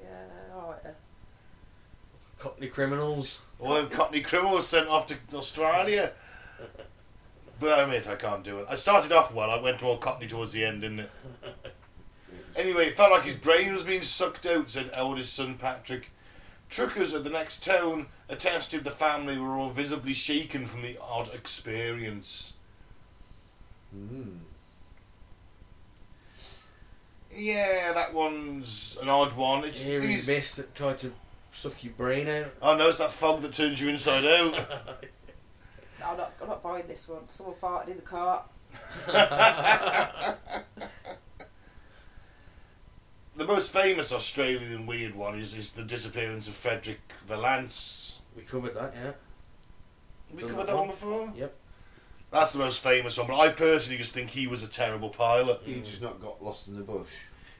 S3: Yeah, alright then.
S2: Cockney criminals.
S1: All them Cockney criminals sent off to Australia. But I admit, I can't do it. I started off well, I went all Cockney towards the end, didn't it? Anyway, it felt like his brain was being sucked out, said eldest son Patrick. Truckers at the next town attested the family were all visibly shaken from the odd experience.
S4: Mm.
S1: Yeah, that one's an odd one. It's,
S2: Eerie
S1: these-
S2: mist that tried to suck your brain out.
S1: oh no, it's that fog that turns you inside out.
S3: No, I'm not, I'm not buying this one. Someone farted in the cart.
S1: The most famous Australian weird one is, is the disappearance of Frederick Valance.
S2: we covered that, yeah.
S1: Have we
S2: Done
S1: covered
S2: that
S1: that one
S2: one?
S1: before?
S2: Yep.
S1: That's the most famous one, but I personally just think he was a terrible pilot.
S4: He just not got lost in the bush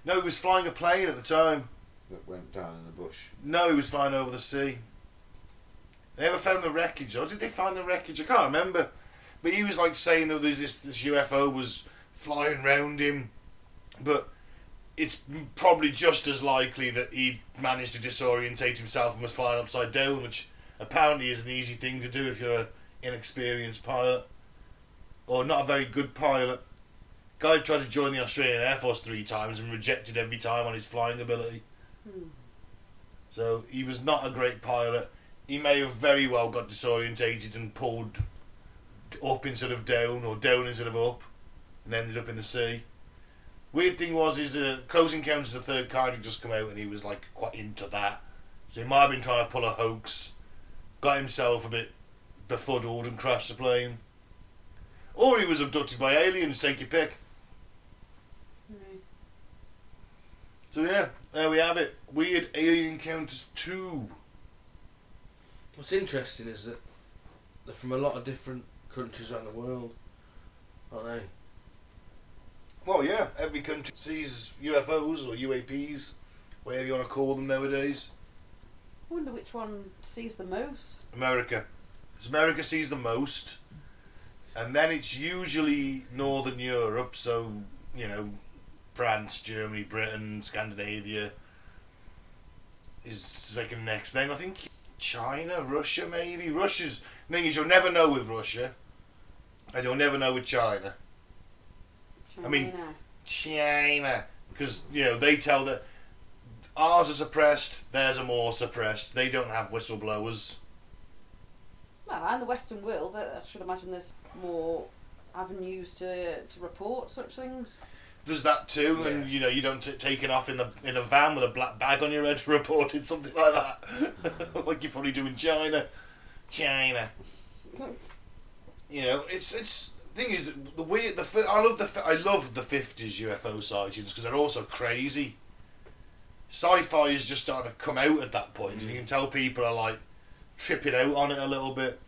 S1: No, he was flying a plane at the time.
S4: that went down in the bush.
S1: No, he was flying over the sea. They never found the wreckage, or did they find the wreckage? I can't remember. But he was like saying that this, this UFO was flying round him, but it's probably just as likely that he managed to disorientate himself and was flying upside down, which apparently is an easy thing to do if you're an inexperienced pilot or not a very good pilot. Guy tried to join the Australian Air Force three times and rejected every time on his flying ability. So he was not a great pilot. He may have very well got disorientated and pulled up instead of down or down instead of up and ended up in the sea. Weird thing was is uh, Close Encounters of the Third Kind had just come out and he was like quite into that. So he might have been trying to pull a hoax, got himself a bit befuddled and crashed the plane. Or he was abducted by aliens, take your pick.
S3: Right.
S1: So yeah, there we have it. Weird Alien Encounters 2.
S2: What's interesting is that they're from a lot of different countries around the world, aren't they?
S1: Well, yeah, every country sees UFOs or UAPs, whatever you want to call them nowadays.
S3: Wonder which one sees the most.
S1: America. It's America sees the most, and then it's usually Northern Europe, so, you know, France, Germany, Britain, Scandinavia is second next. Then I think China, Russia, maybe. Russia's. The thing is, you'll never know with Russia, and you'll never know with China. I mean- uh,
S3: China.
S1: China, because you know they tell that ours are suppressed, theirs are more suppressed. They don't have whistleblowers.
S3: well, and the Western world. uh, I I should imagine there's more avenues to to report such things.
S1: There's that too, and
S2: Yeah.
S1: you know you don't t- taken off in the in a van with a black bag on your head for reporting something like that, like you probably do in China. China, Hmm. you know, it's it's thing is the weird the fi- I love the fi- I love the fifties UFO sightings because they're also crazy. Sci-fi is just starting to come out at that point, and you can tell people are like tripping out on it a little bit.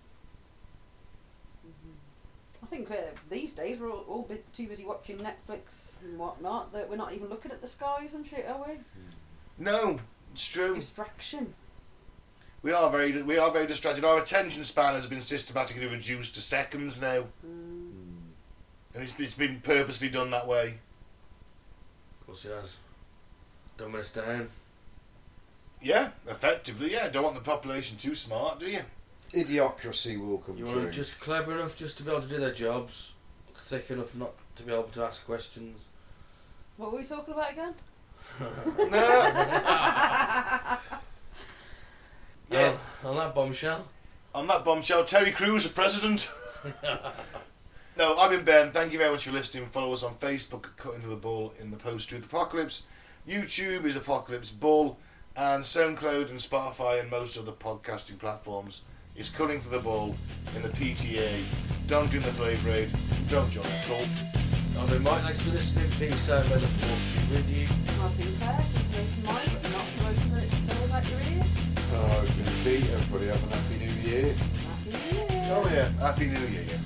S3: I think uh, these days we're all, all bit too busy watching Netflix and whatnot that we're not even looking at the skies and shit, are we?
S1: No, it's true.
S3: Distraction.
S1: We are very we are very distracted. Our attention span has been systematically reduced to seconds now,
S3: Mm.
S1: and it's, it's been purposely done that way.
S2: Of course it has. Don't miss down.
S1: Yeah, effectively. Yeah, don't want the population too smart, do you?
S4: Idiocracy will come
S2: You
S4: true.
S2: want just clever enough just to be able to do their jobs, thick enough not to be able to ask questions.
S3: What were we talking about again?
S1: no. Yeah.
S2: On that bombshell.
S1: On that bombshell, Terry Crews, the president. no, I've been Ben. Thank you very much for listening. Follow us on Facebook at Cutting to the Bull in the Post Truth Apocalypse. YouTube is Apocalypse Bull, and SoundCloud and Spotify and most other podcasting platforms is Cutting to the Bull in the PTA. Don't drink the flavour aid. Don't join the cult.
S2: I've been Mike, thanks for listening. Peace out, may the force be with you.
S3: I've been fair, keep an open mind, but not so open that it smells out your ears.
S4: Oh, good. Everybody have a happy new year.
S3: Happy New Year!
S1: Oh yeah, Happy New Year.